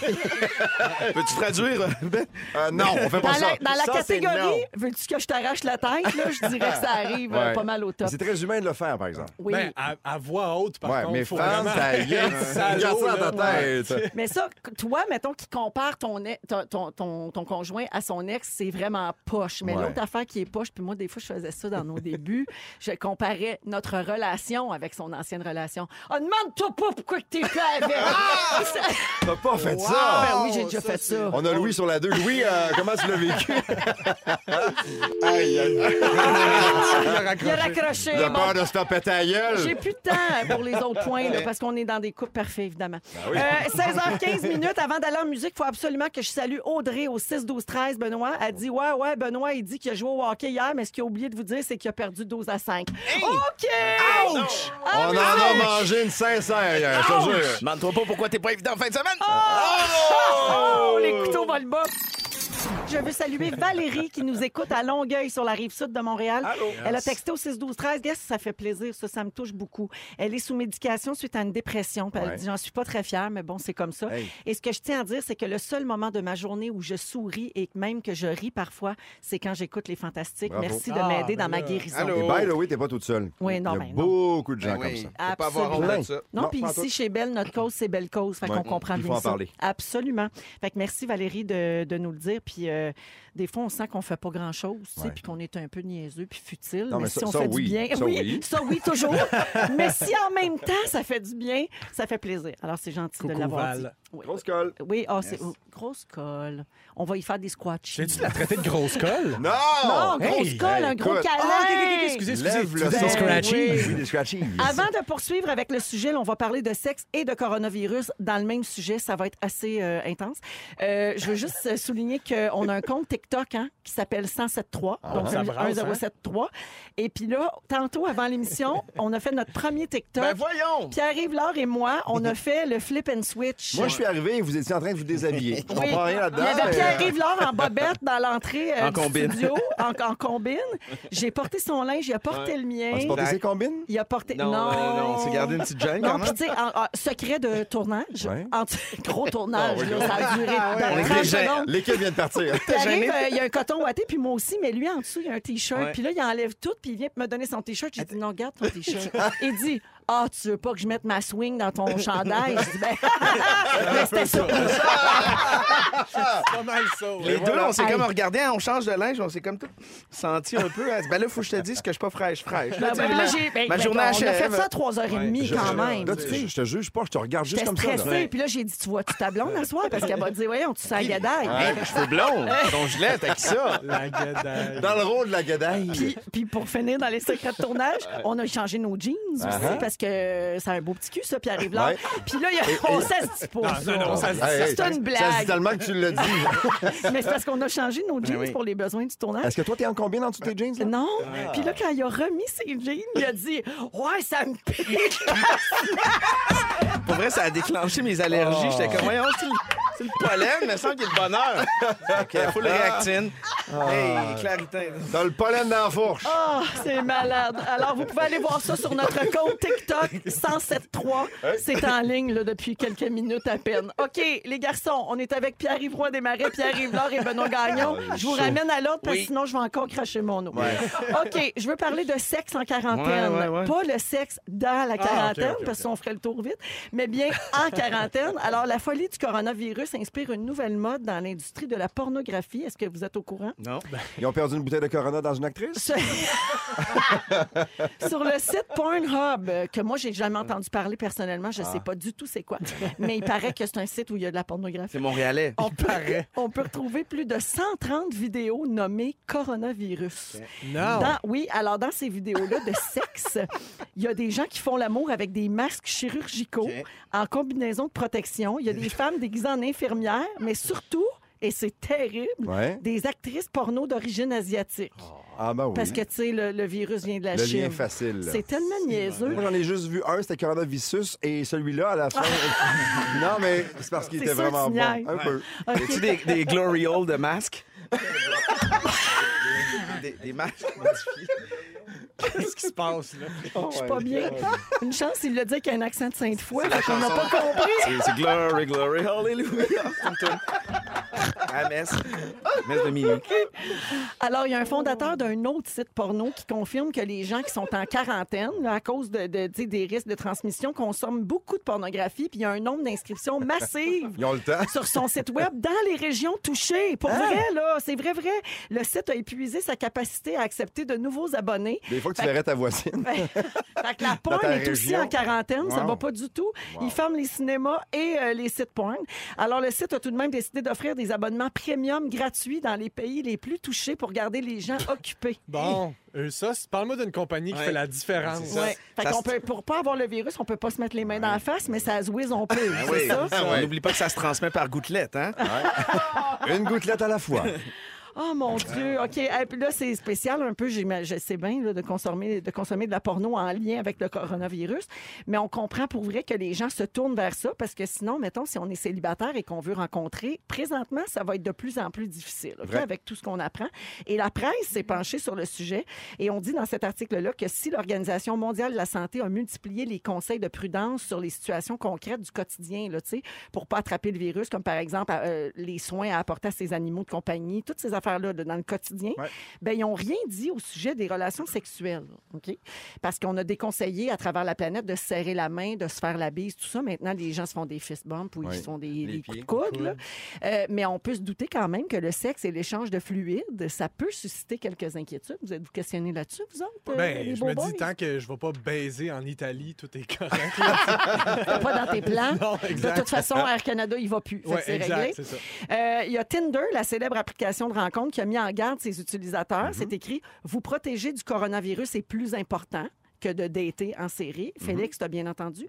S4: Peux-tu traduire? euh, Ben?
S2: Euh, non, on fait
S1: Dans
S2: pas ça.
S1: la, dans la
S2: Ça, c'est non.
S1: catégorie, veux-tu que je t'arrache la tête? Là, je dirais que ça arrive euh,
S2: Ouais.
S1: pas mal au
S2: Mais
S1: top.
S2: C'est très humain de le faire, par exemple.
S1: Oui.
S3: Ben, à, à voix haute, par
S2: ouais,
S3: contre.
S2: mais
S3: faut
S2: France,
S3: vraiment-
S2: ta gueule,
S3: Salaud,
S2: garde ça dans ta
S3: là.
S2: tête.
S1: Mais ça, que- toi, mettons, qui compare ton, e- ton, ton, ton- ton conjoint à son ex, c'est vraiment poche. Mais
S2: Ouais.
S1: l'autre affaire qui est poche, puis moi, des fois, je faisais ça dans nos débuts, je comparais notre relation avec son ancienne relation. Ah, demande-toi pas pourquoi que t'es pas avec. Ça-
S2: T'as pas fait Ah! ça.
S1: Ben oui, j'ai déjà fait ça.
S2: On a Louis sur la 2. Louis, euh, comment tu l'as vécu?
S1: Il a raccroché.
S2: De
S1: mon
S2: peur de se taper ta gueule.
S1: J'ai plus de temps pour les autres points, là, parce qu'on est dans des coupes parfaits, évidemment.
S2: Ben oui.
S1: Euh, 16h15 minutes avant d'aller en musique, il faut absolument que je salue Audrey au 6-12-13. Benoît a dit Ouais, ouais, Benoît, il dit qu'il a joué au hockey hier, mais ce qu'il a oublié de vous dire, c'est qu'il a perdu 12 à 5. OK! Ah,
S4: Ouch!
S2: Ah, On en a mangé une sincère hier, je te jure.
S4: Demande-toi pas pourquoi t'es pas évident en fin de semaine.
S1: Oh, les couteaux volent bas. Je veux saluer Valérie qui nous écoute à Longueuil sur la rive sud de Montréal. Elle a texté au 6 12 13. Yes, ça fait plaisir, ça, ça me touche beaucoup. Elle est sous médication suite à une dépression. Puis Elle
S2: Ouais.
S1: dit j'en suis pas très fière, mais bon, c'est comme ça.
S2: Hey.
S1: Et ce que je tiens à dire, c'est que le seul moment de ma journée où je souris et que même que je ris parfois, c'est quand j'écoute les fantastiques.
S2: Bravo.
S1: Merci de
S3: Ah,
S1: m'aider
S3: ben
S1: dans ma
S3: là.
S1: guérison.
S4: Allô?
S2: Et by the way, t'es pas toute seule.
S1: Oui, non,
S2: Il y a
S1: ben non.
S2: beaucoup de gens
S4: Ben oui,
S2: comme ça.
S4: faut pas avoir honte
S1: Absolument.
S4: de ça.
S1: Non,
S2: Non,
S1: puis
S2: pas en
S1: ici,
S2: tout.
S1: chez Belle, notre cause, c'est Belle Cause. Fait
S2: Ouais.
S1: qu'on comprend
S2: Il faut
S1: bien
S2: en
S1: ça.
S2: parler.
S1: Absolument. Fait que merci Valérie de, de nous le dire. Puis euh, des fois, on sent qu'on fait pas grand-chose, tu sais,
S2: Ouais.
S1: puis qu'on est un peu niaiseux puis futile.
S2: Non,
S1: mais
S2: mais
S1: si
S2: ça-
S1: on
S2: ça,
S1: fait
S2: oui.
S1: du bien...
S2: Ça, oui.
S1: ça oui, toujours. mais si en même temps, ça fait du bien, ça fait plaisir. Alors, c'est gentil de
S3: Coucou,
S1: l'avoir
S3: Val.
S1: dit. Oui,
S2: Grosse colle.
S1: oui. Oui, ah, c'est... oh, grosse colle. On va y faire des squats.
S3: J'ai-tu la traiter de grosse colle?
S2: Non!
S1: Non,
S3: Oh, Hey!
S1: grosse colle, un
S2: Écoute.
S1: gros câlin.
S3: Ah, ok, ok, ok, excusez, excusez.
S2: Lève
S3: Tu
S2: le
S3: dis
S2: son.
S3: scratchy.
S1: Oui.
S2: Oui, des scratchies.
S1: Avant de poursuivre avec le sujet, là, on va parler de sexe et de coronavirus dans le même sujet. Ça va être assez euh, intense. Euh, je veux juste euh, souligner qu'on a un compte TikTok hein, qui s'appelle 1073, donc
S3: ça brasse,
S1: 1073. Et puis là, tantôt avant l'émission, on a fait notre premier TikTok.
S4: Ben voyons!
S1: Pierre-Yves Laure et moi, on a fait le flip and switch.
S2: Moi, je suis suis arrivé et vous étiez en train de vous déshabiller. Je
S1: Oui.
S2: comprends rien
S1: Il
S2: là-dedans.
S1: y avait
S2: mais, euh,
S1: Pierre-Yves Laure en bobette dans l'entrée euh,
S4: En
S1: du
S4: combine.
S1: studio, en, en combine. J'ai porté son linge, il a porté le
S2: euh, on se
S1: mien.
S2: portait ses combines?
S1: Il a porté...
S4: Non, euh, non, on s'est gardé une petite gêne
S1: Non,
S4: quand
S1: puis
S4: même.
S1: tu sais, en- en- secret de tournage,
S2: Ouais.
S1: en- gros tournage, là, ça a duré
S4: On est
S1: 30
S4: des gens-
S1: secondes.
S2: L'équipe vient de partir.
S1: Puis arrive, euh, il y a un coton ouaté, puis moi aussi, mais lui, en dessous, il y a un T-shirt.
S4: Ouais.
S1: Puis là, il enlève tout, puis il vient me donner son T-shirt. J'ai dit, non, garde ton T-shirt. Il dit, ah, tu veux pas que je mette ma swing dans ton chandail? J'ai dit, ben, ben, c'était ça.
S3: Pas mal ça. ouais.
S4: Les deux, on s'est
S1: Hey.
S4: comme regardé, on change de linge, on s'est comme tout senti un peu. à se- Ben là, faut que je te dise que je suis pas fraîche, fraîche. Là,
S1: Ben,
S4: tu
S1: ben,
S4: sais,
S1: là, j'ai- ben,
S4: ma
S1: ben,
S4: journée
S1: on a
S4: achève.
S1: fait ça à 3h30
S2: Je-
S1: quand
S2: je-
S1: même.
S2: Là, tu sais, je te juge pas, je te regarde juste
S1: J'étais
S2: comme ça. là.
S1: stressée. Puis là, j'ai dit, tu vois-tu ta blonde à soir? Parce qu'elle m'a dit, voyons, tu sens la gadaille.
S4: Hey, je suis blond, ton gilet, t'as qui ça?
S3: La guedaille.
S2: Dans le rôle de la guedaille.
S1: Puis, puis pour finir dans les secrets de tournage, on a changé nos jeans aussi
S2: Uh-huh.
S1: parce que c'est un beau petit cul, ça, pierre arrive là.
S2: Ouais.
S1: Puis là, il y a- on
S2: et-
S1: s'assit pour
S3: Non,
S1: ça.
S3: non, non, ça se dit.
S2: Hey, hey,
S1: C'est une
S2: Ça se dit
S1: blague.
S2: tellement que tu l'as dit.
S1: Mais c'est parce qu'on a changé nos jeans
S4: oui.
S1: pour les besoins du tournage.
S2: Est-ce Ah. que toi, t'es en combine en dessous de tes jeans? là?
S1: Non. Puis là, quand il a remis ses jeans, il a dit Ouais, ça me pique.
S4: Pour vrai, ça a déclenché mes allergies. J'étais comme, voyons, c'est le, c'est le pollen, mais il me semble qu'il y a le bonheur. OK, full réactine. Hey, claritin.
S2: T'as le pollen dans la fourche.
S1: Ah, c'est malade. Alors, vous pouvez aller voir ça sur notre compte TikTok 1073. C'est en ligne là, depuis quelques minutes à peine. OK, les garçons, on est avec Pierre-Yves Roy Desmarais, Pierre-Yves Laure et Benoît Gagnon. Je vous ramène à l'autre parce que
S4: Oui.
S1: sinon, je vais encore cracher mon eau. OK, je veux parler de sexe en quarantaine.
S4: Ouais, ouais, ouais.
S1: Pas le sexe dans la quarantaine,
S3: ok, ok,
S1: parce qu'on ferait le tour vite, mais bien en quarantaine. Alors, la folie du coronavirus inspire une nouvelle mode dans l'industrie de la pornographie. Est-ce que vous êtes au courant?
S4: Non.
S2: Ils ont perdu une bouteille de Corona dans une actrice?
S1: Sur- sur le site Pornhub, euh, que moi, j'ai jamais entendu parler personnellement, je
S4: Ah.
S1: sais pas du tout c'est quoi, mais il paraît que c'est un site où il y a de la pornographie.
S4: C'est montréalais.
S1: On peut, on peut retrouver plus de 130 vidéos nommées coronavirus.
S3: Non.
S4: Ah,
S1: Dans- oui, alors dans ces vidéos-là de sexe, il y a des gens qui font l'amour avec des masques chirurgicaux
S4: Ok.
S1: en combinaison de protection. Il y a des femmes déguisées en infirmières, mais surtout, et c'est terrible,
S2: Ouais.
S1: des actrices porno d'origine asiatique.
S2: Ah, ben oui.
S1: Parce que, tu sais, le, le virus vient de la
S2: le
S1: Chine.
S2: lien facile. là.
S1: C'est tellement niaiseux.
S2: Moi, j'en ai juste vu un, c'était Coronavirus, et celui-là, à la fin. non, mais c'est parce qu'il
S1: C'est
S2: était
S1: sûr que
S2: vraiment
S1: tu
S2: bon.
S1: niaises.
S2: Un peu.
S1: OK.
S4: Y a-tu des, des glory hole de masques? des, des- des masques modifiés.
S3: Qu'est-ce qui se passe, là?
S1: Je suis pas bien. Une chance, il l'a dit avec un accent de Sainte-Foy.
S4: la
S1: fait qu'on n'a
S4: chanson.
S1: pas compris.
S4: C'est c'est glory, glory, hallelujah. C'est une toune. À messe. Messe de minuit.
S1: Alors, il y a un fondateur d'un autre site porno qui confirme que les gens qui sont en quarantaine, là, à cause de, de- tu sais, des risques de transmission, consomment beaucoup de pornographie, puis il y a un nombre d'inscriptions massives.
S2: Ils ont Hein? le temps.
S1: sur son site web dans les régions touchées. Pour vrai, là, c'est vrai, vrai. Le site a épuisé sa capacité à accepter de nouveaux abonnés.
S2: Des fois que tu verrais ta voisine.
S1: Fait fait que la porn
S2: ta
S1: est aussi
S2: région.
S1: en quarantaine, ça
S2: Wow.
S1: va pas du tout. Ils ferment les cinémas et euh, les sites porn. Alors, le site a tout de même décidé d'offrir des abonnements premium gratuits dans les pays les plus touchés pour garder les gens occupés.
S3: Bon, euh, ça, c'est- parle-moi d'une compagnie qui
S4: Ouais.
S3: fait la différence.
S4: C'est ça.
S1: Ouais. Fait
S4: Ça
S1: qu'on
S4: se-
S1: peut, pour pas avoir le virus, on peut pas se mettre les mains dans la face, mais ça se whiz, on peut.
S4: Ah
S1: c'est
S4: oui,
S1: ça?
S4: ça, on n'oublie pas que ça se transmet par gouttelette, hein?
S2: Une gouttelette à la fois.
S1: Oh mon Dieu, OK. Et puis là, c'est spécial un peu, j'ima- je sais bien, là, de, consommer, de consommer de la porno en lien avec le coronavirus. Mais on comprend pour vrai que les gens se tournent vers ça parce que sinon, mettons, si on est célibataire et qu'on veut rencontrer, présentement, ça va être de plus en plus difficile, OK,
S2: Vrai.
S1: avec tout ce qu'on apprend. Et la presse s'est penchée sur le sujet et on dit dans cet article-là que si l'Organisation mondiale de la santé a multiplié les conseils de prudence sur les situations concrètes du quotidien, là, tu sais, pour pas attraper le virus, comme par exemple euh, les soins à apporter à ses animaux de compagnie, toutes ces affaires-là de- dans le quotidien,
S2: Ouais.
S1: ben, ils n'ont rien dit au sujet des relations sexuelles. OK? Parce qu'on a déconseillé à travers la planète de se serrer la main, de se faire la bise, tout ça. Maintenant, les gens se font des fist bumps ou
S2: Ouais.
S1: ils se font des,
S2: Les
S1: des coups de
S2: pieds.
S1: coude. là. Euh, mais on peut se douter quand même que le sexe et l'échange de fluides, ça peut susciter quelques inquiétudes. Vous êtes-vous questionné là-dessus, vous autres? euh, les
S3: Ben, je
S1: beaux
S3: me
S1: boys?
S3: dis, tant que je vais pas baiser en Italie, tout est correct.
S1: T'as pas dans tes plans.
S3: Non,
S1: de
S3: exact.
S1: toute façon, Air Canada, il va plus. Fait que
S3: Ouais,
S1: c'est
S3: exact,
S1: réglé.
S3: c'est ça.
S1: Euh, Il y a Tinder, la célèbre application de rencontre, qui a mis en garde ses utilisateurs.
S3: Mm-hmm.
S1: C'est écrit Vous protéger du coronavirus est plus important que de dater en série.
S3: Mm-hmm.
S1: Félix, t'as bien entendu.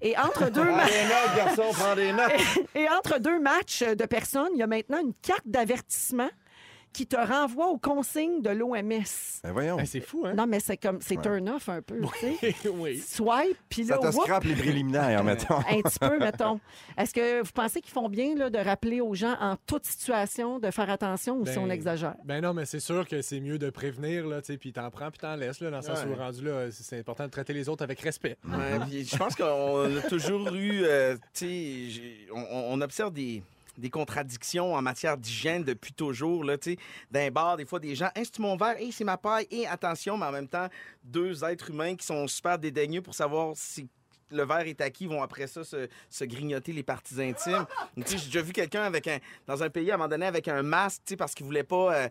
S1: Et entre deux. ma-
S2: Prends des notes, garçon, prends des notes.
S1: Et entre deux matchs de personnes, il y a maintenant une carte d'avertissement qui te renvoie aux consignes de l'OMS.
S2: Ben voyons.
S3: Ben, c'est fou, hein?
S1: Non, mais c'est comme, c'est
S2: Ouais.
S1: un off un peu, tu sais.
S3: oui.
S1: Swipe, puis
S2: Ça
S1: là,
S2: te
S1: whoop,
S2: scrape les préliminaires, mettons.
S1: un petit peu, mettons. Est-ce que vous pensez qu'ils font bien là, de rappeler aux gens en toute situation de faire attention ou si
S3: Ben,
S1: on exagère?
S3: Ben non, mais c'est sûr que c'est mieux de prévenir, là, tu sais, puis t'en prends, puis t'en laisses, là, dans le sens
S4: Ouais.
S3: où rendu là, c'est- c'est important de traiter les autres avec respect.
S4: Ouais, puis je pense qu'on a toujours eu, euh, tu sais, j'ai- on, on observe des des contradictions en matière d'hygiène depuis toujours là tu sais d'un bar des fois des gens hey, c'est mon verre hey, c'est ma paille et attention mais en même temps deux êtres humains qui sont super dédaigneux pour savoir si le verre est acquis, vont après ça se, se grignoter les parties intimes. Tu sais, J'ai déjà vu quelqu'un avec un dans un pays à un moment donné avec un masque, tu sais, parce qu'il voulait pas euh,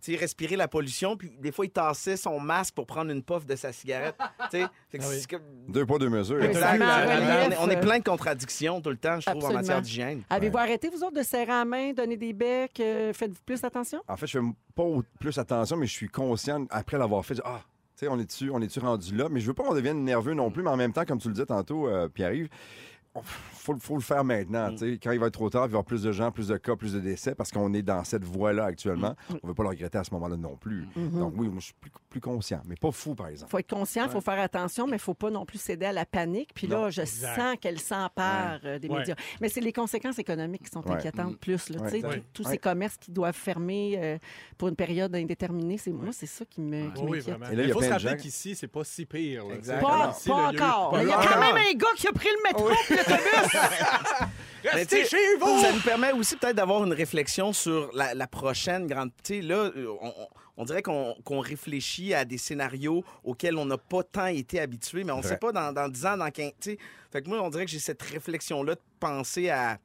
S4: tu sais, respirer la pollution. Puis des fois, il tassait son masque pour prendre une puff de sa cigarette. tu sais. Fait que
S3: Ah oui.
S4: c'est comme-
S2: Deux poids, deux mesures.
S1: Oui,
S4: Exact.
S1: Exactement,
S4: Là- là-
S1: relief,
S4: là- on est- on
S1: euh,
S4: est plein de contradictions tout le temps, je trouve, en
S1: absolument.
S4: matière d'hygiène.
S1: Avez-vous arrêté, vous autres, de serrer la main, donner des becs? euh, Faites-vous plus attention?
S3: Ah,
S2: En fait, je fais pas au- plus attention, mais je suis conscient après l'avoir fait. je dis, Ah, tu sais, on est-tu, on est-tu rendu là? Mais je veux pas qu'on devienne nerveux non plus, mais en même temps, comme tu le disais tantôt, euh, Pierre-Yves, on- faut, le- faut le faire maintenant. tu sais. Quand il va être trop tard, il va y avoir plus de gens, plus de cas, plus de décès parce qu'on est dans cette voie-là actuellement. On veut pas le regretter à ce moment-là non plus. Donc oui, moi, je suis plus, plus conscient, mais pas fou, par exemple.
S1: faut être conscient, il faut faire attention, mais il ne faut pas non plus céder à la panique. Puis là, je
S3: Exact.
S1: sens qu'elle s'empare euh, des
S3: Ouais. Mm.
S1: médias. Mais c'est les conséquences économiques qui sont
S2: Ouais.
S1: inquiétantes plus. là, tu
S2: Ouais.
S1: sais,
S3: Ouais.
S1: Tous tous
S2: Ouais.
S1: ces commerces qui doivent fermer euh, pour une période indéterminée, c'est moi, c'est ça qui me- qui
S3: Ah Oui, oui,
S1: m'inquiète.
S3: vraiment.
S2: Et là, il y a
S3: il faut se
S2: plein de
S3: rappeler
S2: gens-
S3: qu'ici, c'est pas si pire. là, tu sais.
S4: Exactement.
S1: pas
S3: Ici, là,
S1: pas
S3: il y a eu
S1: encore.
S3: pas
S1: Mais Il y a
S3: mal.
S1: quand même un gars qui a pris le métro.
S4: Mais tu sais, Ça nous permet aussi peut-être d'avoir une réflexion sur la, la prochaine grande. Tu sais, là, euh, on, on- on dirait qu'on qu'on réfléchit à des scénarios auxquels on n'a pas tant été habitué, mais on ne
S2: Vrai.
S4: sait pas dans, dans 10 ans, dans 15. Tu sais, fait que moi, on dirait que j'ai cette réflexion-là de penser à,